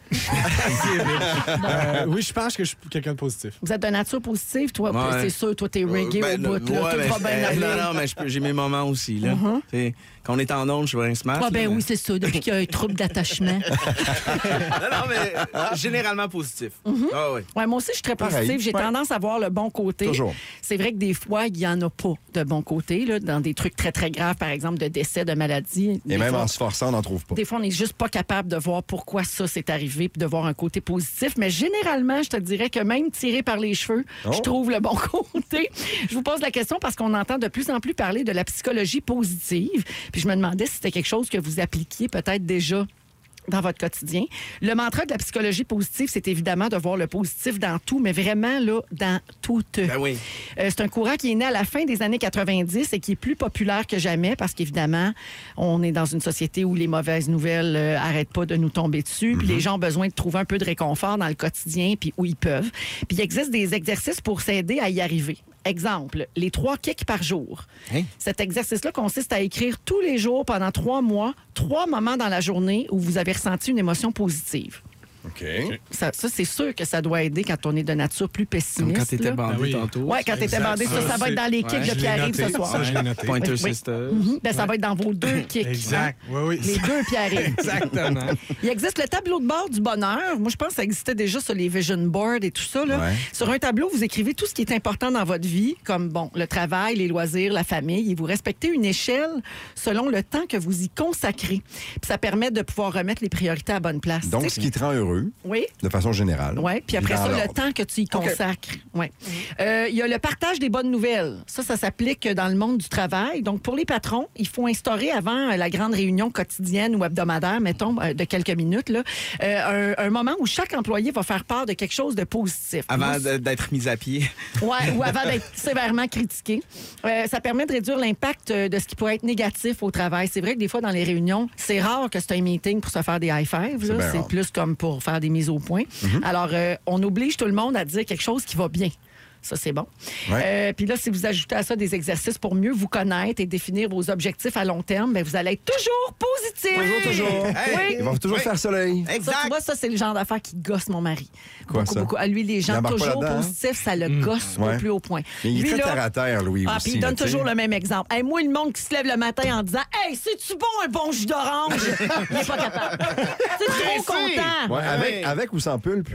S3: Euh, oui, je pense que je suis quelqu'un de positif.
S1: Vous êtes de nature positive, toi.
S4: Ouais.
S1: C'est sûr, toi, t'es reggae
S4: Ben,
S1: au
S4: le-
S1: bout. là.
S4: ouais,
S1: Tout
S4: ben,
S1: va bien
S4: euh,
S1: aller.
S4: Non, non, mais je peux- j'ai mes moments aussi. Là.
S2: Mm-hmm.
S4: T'sais, Quand on est en onde, je suis un smash.
S10: Ah,
S4: là,
S10: ben
S4: mais-
S10: oui, c'est ça, depuis qu'il y a un trouble d'attachement.
S4: non, non, mais
S2: Ah.
S4: euh, généralement positif. Ah oui.
S1: Ouais, moi aussi, je suis très
S2: Pareil.
S1: positive. J'ai
S2: Ouais.
S1: tendance à voir le bon côté.
S2: Toujours.
S1: C'est vrai que des fois, il n'y en a pas de bon côté, là, dans des trucs très, très graves, par exemple, de décès, de maladie.
S2: Et
S1: Des
S2: même
S1: fois,
S2: en se forçant, on n'en trouve pas.
S1: Des fois, on n'est juste pas capable de voir pourquoi ça s'est arrivé puis de voir un côté positif. Mais généralement, je te dirais que même tiré par les cheveux, je trouve le bon côté. Je vous pose la question parce qu'on entend de plus en plus parler de la psychologie positive. Puis je me demandais si c'était quelque chose que vous appliquiez peut-être déjà dans votre quotidien. Le mantra de la psychologie positive, c'est évidemment de voir le positif dans tout, mais vraiment là, dans tout.
S4: Ben oui.
S1: Euh, c'est un courant qui est né à la fin des années 90 et qui est plus populaire que jamais parce qu'évidemment, on est dans une société où les mauvaises nouvelles euh, arrêtent pas de nous tomber dessus,
S4: Mhm.
S1: puis les gens ont besoin de trouver un peu de réconfort dans le quotidien, puis où ils peuvent. Puis il existe des exercices pour s'aider à y arriver. Exemple, les trois kicks par jour.
S4: Hein?
S1: Cet exercice-là consiste à écrire tous les jours pendant trois mois trois moments dans la journée où vous avez ressenti une émotion positive.
S2: OK.
S3: Ah
S1: Ça, ça, c'est sûr que ça doit aider quand on est de nature plus pessimiste.
S4: Comme quand t'étais
S1: là.
S4: bandé
S3: Ah oui.
S4: tantôt.
S1: Ouais, quand t'étais
S3: Exact.
S1: bandé, ça, ça va
S3: c'est-
S1: être dans les kicks
S4: ouais,
S1: de
S3: je l'ai
S1: Pierre-Yves ce
S3: noté.
S1: soir.
S3: Ça, je l'ai noté.
S4: Pointer
S1: Oui.
S4: Sisters.
S1: Mhm. Ben, ça va être dans vos deux kicks. hein.
S3: Exact. Oui, oui.
S1: Les deux Pierre-Yves.
S3: Exactement.
S1: Il existe le tableau de bord du bonheur. Moi, je pense que ça existait déjà sur les vision boards et tout ça. là. Sur un tableau, vous écrivez tout ce qui est important dans votre vie, comme bon, le travail, les loisirs, la famille, et vous respectez une échelle selon le temps que vous y consacrez. Puis ça permet de pouvoir remettre les priorités à la bonne place.
S2: Donc,
S1: Tu sais,
S2: ce qui te rend heureux,
S1: Oui.
S2: de façon générale.
S1: Oui, puis après
S2: dans
S1: ça, le
S2: l'ordre. Mhm.
S1: temps que tu y consacres. Ouais. Euh, Il y a le partage des bonnes nouvelles. Ça, ça s'applique dans le monde du travail. Donc, pour les patrons, il faut instaurer avant euh, la grande réunion quotidienne ou hebdomadaire, mettons, euh, de quelques minutes, là, euh, un, un moment où chaque employé va faire part de quelque chose de positif.
S4: Avant
S1: Moi,
S4: de- d'être mis à pied.
S1: Ouais, ou avant d'être sévèrement critiqué. Euh, ça permet de réduire l'impact euh, de ce qui pourrait être négatif au travail. C'est vrai que des fois, dans les réunions, c'est rare que c'est un meeting pour se faire des high fives. là.
S2: bien
S1: C'est
S2: rare. Mhm.
S1: plus comme pour faire des mises au point. Alors, euh, on oblige tout le monde à dire quelque chose qui va bien. Ça, c'est bon. Euh, Puis là, si vous ajoutez à ça des exercices pour mieux vous connaître et définir vos objectifs à long terme, ben, vous allez être toujours positif.
S4: Hey!
S2: Il va toujours
S4: Oui.
S2: faire soleil.
S1: Ça, tu
S4: Exact.
S1: vois, ça, c'est le genre d'affaire qui gosse mon mari.
S2: Quoi,
S1: beaucoup,
S2: ça?
S1: beaucoup. À lui, les gens
S2: embarque pas
S1: toujours
S2: là-dedans, hein?
S1: positifs, ça le gosse
S2: Ouais.
S1: au plus haut point.
S2: Mais il est
S1: Lui,
S2: très
S1: là,
S2: terre à terre, Louis.
S1: ah,
S2: aussi,
S1: puis il
S2: là,
S1: donne
S2: tu sais.
S1: toujours le même exemple. Hey, moi, le monde qui se lève le matin en disant Hey, c'est-tu bon un bon jus d'orange Il n'est pas capable. C'est trop content.
S2: Ouais, avec,
S4: Ben
S2: avec ou sans pulpe.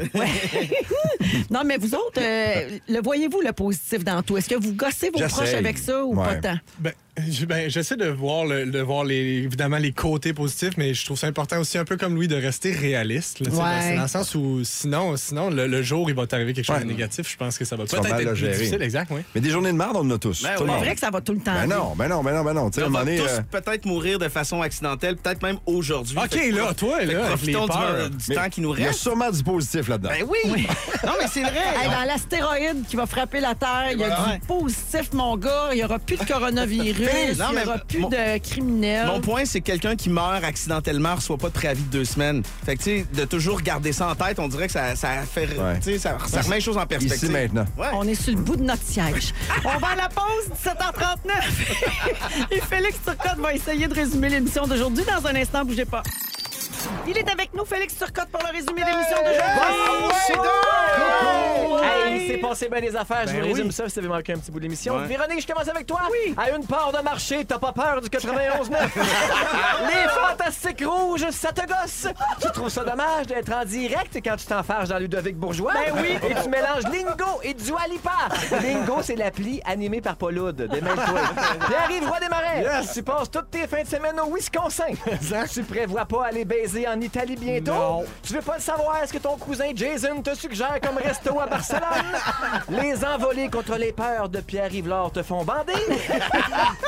S1: Non, mais vous autres, euh, le voyez-vous le positif dans tout Est-ce que vous gossez vos
S2: J'essaye.
S1: proches avec ça ou pas
S2: Ouais.
S1: tant
S3: Ben, je- ben, j'essaie de voir, le- de voir les, évidemment les côtés positifs, mais je trouve ça important aussi, un peu comme Louis, de rester réaliste. là, tu sais,
S1: Ouais.
S3: dans- C'est dans le sens où sinon, sinon le, le jour il va t'arriver quelque chose de négatif, je pense que ça va
S2: Tu vas
S3: peut-être
S2: mal le
S3: être plus
S2: gérer.
S3: difficile. Exact, oui.
S2: Mais des journées de marde, on en a tous.
S4: Ben
S2: tout le
S4: ouais.
S1: C'est
S2: monde.
S1: vrai que ça va tout le temps.
S2: Ben non, ben non, ben non, ben non. Tu sais, à un
S4: On
S2: moment
S4: va
S2: donné,
S4: tous
S2: euh,
S4: peut-être mourir de façon accidentelle, peut-être même aujourd'hui.
S3: OK,
S4: Fait que
S3: là, toi,
S4: Fait que
S3: là, avec les
S4: profitons du-
S3: peurs.
S4: du,
S2: mais
S4: temps qui nous
S2: Il y a
S4: reste.
S2: sûrement du positif là-dedans.
S4: Ben oui! non, mais c'est vrai!
S1: Hey, dans l'astéroïde qui va frapper la Terre, il y a
S4: voilà.
S1: du positif, mon gars. Il n'y aura plus de coronavirus,
S4: Hey, non,
S1: il n'y
S4: mais
S1: aura plus
S4: mon-
S1: de criminels.
S4: Mon point, c'est que quelqu'un qui meurt accidentellement reçoit pas de préavis de deux semaines. Fait que, tu sais, de toujours garder ça en tête, on dirait que ça, ça fait.
S2: Ouais.
S4: Tu sais, ça, ça remet les choses en perspective.
S2: Ici, maintenant.
S4: Ouais.
S1: On est sur le bout de notre siège. On va à la pause, 17h39. Et Félix Turcotte va essayer de résumer l'émission d'aujourd'hui. Dans un instant, bougez pas. Il est avec nous, Félix Turcotte, pour le résumé de l'émission d'aujourd'hui.
S6: Hey, c'est passé bien des affaires. je vous résume ça si vous avez manqué un petit bout de l'émission.
S4: Ouais.
S6: Véronique, je commence avec toi. Ben Oui. À une part de marché, t'as pas peur du 91-9. Les fantastiques rouges, ça te gosse. Tu trouves ça dommage d'être en direct quand tu t'enfarges dans Ludovic Bourgeois. Ben oui. Et tu mélanges Lingo et Dua Lipa. Lingo, c'est l'appli animée par Pauloud. Démêle-toi. Pierre-Yves Roy des Marais. Tu passes toutes tes fins de semaine au Wisconsin. Tu prévois pas aller baiser en Italie bientôt. Tu veux pas le savoir est-ce que ton cousin Jason te suggère comme resto à Barcelone. Les envolées contre les peurs de Pierre-Yves Laure te font bander.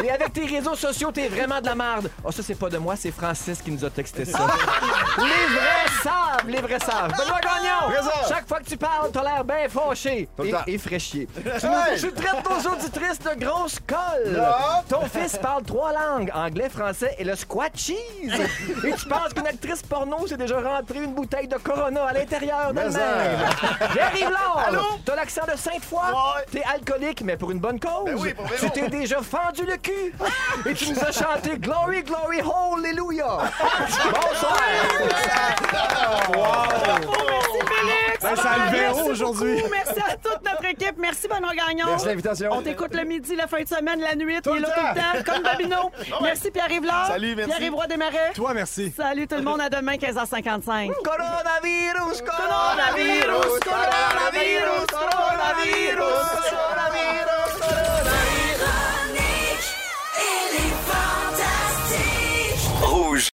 S6: Et avec tes réseaux sociaux, t'es vraiment de la marde. Oh, ça, c'est pas de moi, c'est Francis qui nous a texté ça. les vrais savent, les vrais savent. Benoît Gagnon, chaque fois que tu parles, t'as l'air bien fauché
S2: Tout le temps.
S6: et, et fraîchier. Tu, nous, tu traites nos auditrices de grosses colles. Ton fils parle trois langues, anglais, français et le squat cheese. et tu penses qu'une actrice actrice porno s'est déjà rentrée une bouteille de Corona à l'intérieur
S2: Mais
S6: d'elle-même.
S2: ça.
S6: J'arrive
S4: Allô?
S6: là. T'as l'accent de Sainte-Foy. T'es alcoolique, mais pour une bonne cause.
S4: Ben oui, pour vrai.
S6: tu t'es déjà fendu le cul. Et tu nous as chanté Glory, Glory, Hallelujah. Bonsoir.
S3: Ben, ça a le verrou
S1: Merci
S3: aujourd'hui.
S1: beaucoup. Merci à toute notre équipe. Merci, Benoît Gagnon.
S2: Merci de l'invitation.
S1: On t'écoute le midi, la fin de semaine, la nuit.
S3: Tout
S1: il est
S3: le
S1: là tout le temps, comme Babino. Merci, Pierre-Yves Lard.
S2: Salut, merci.
S1: Pierre-Yves Roy Desmarais.
S3: Toi, merci.
S1: Salut tout le monde. À demain, 15h55.
S6: Coronavirus, coronavirus.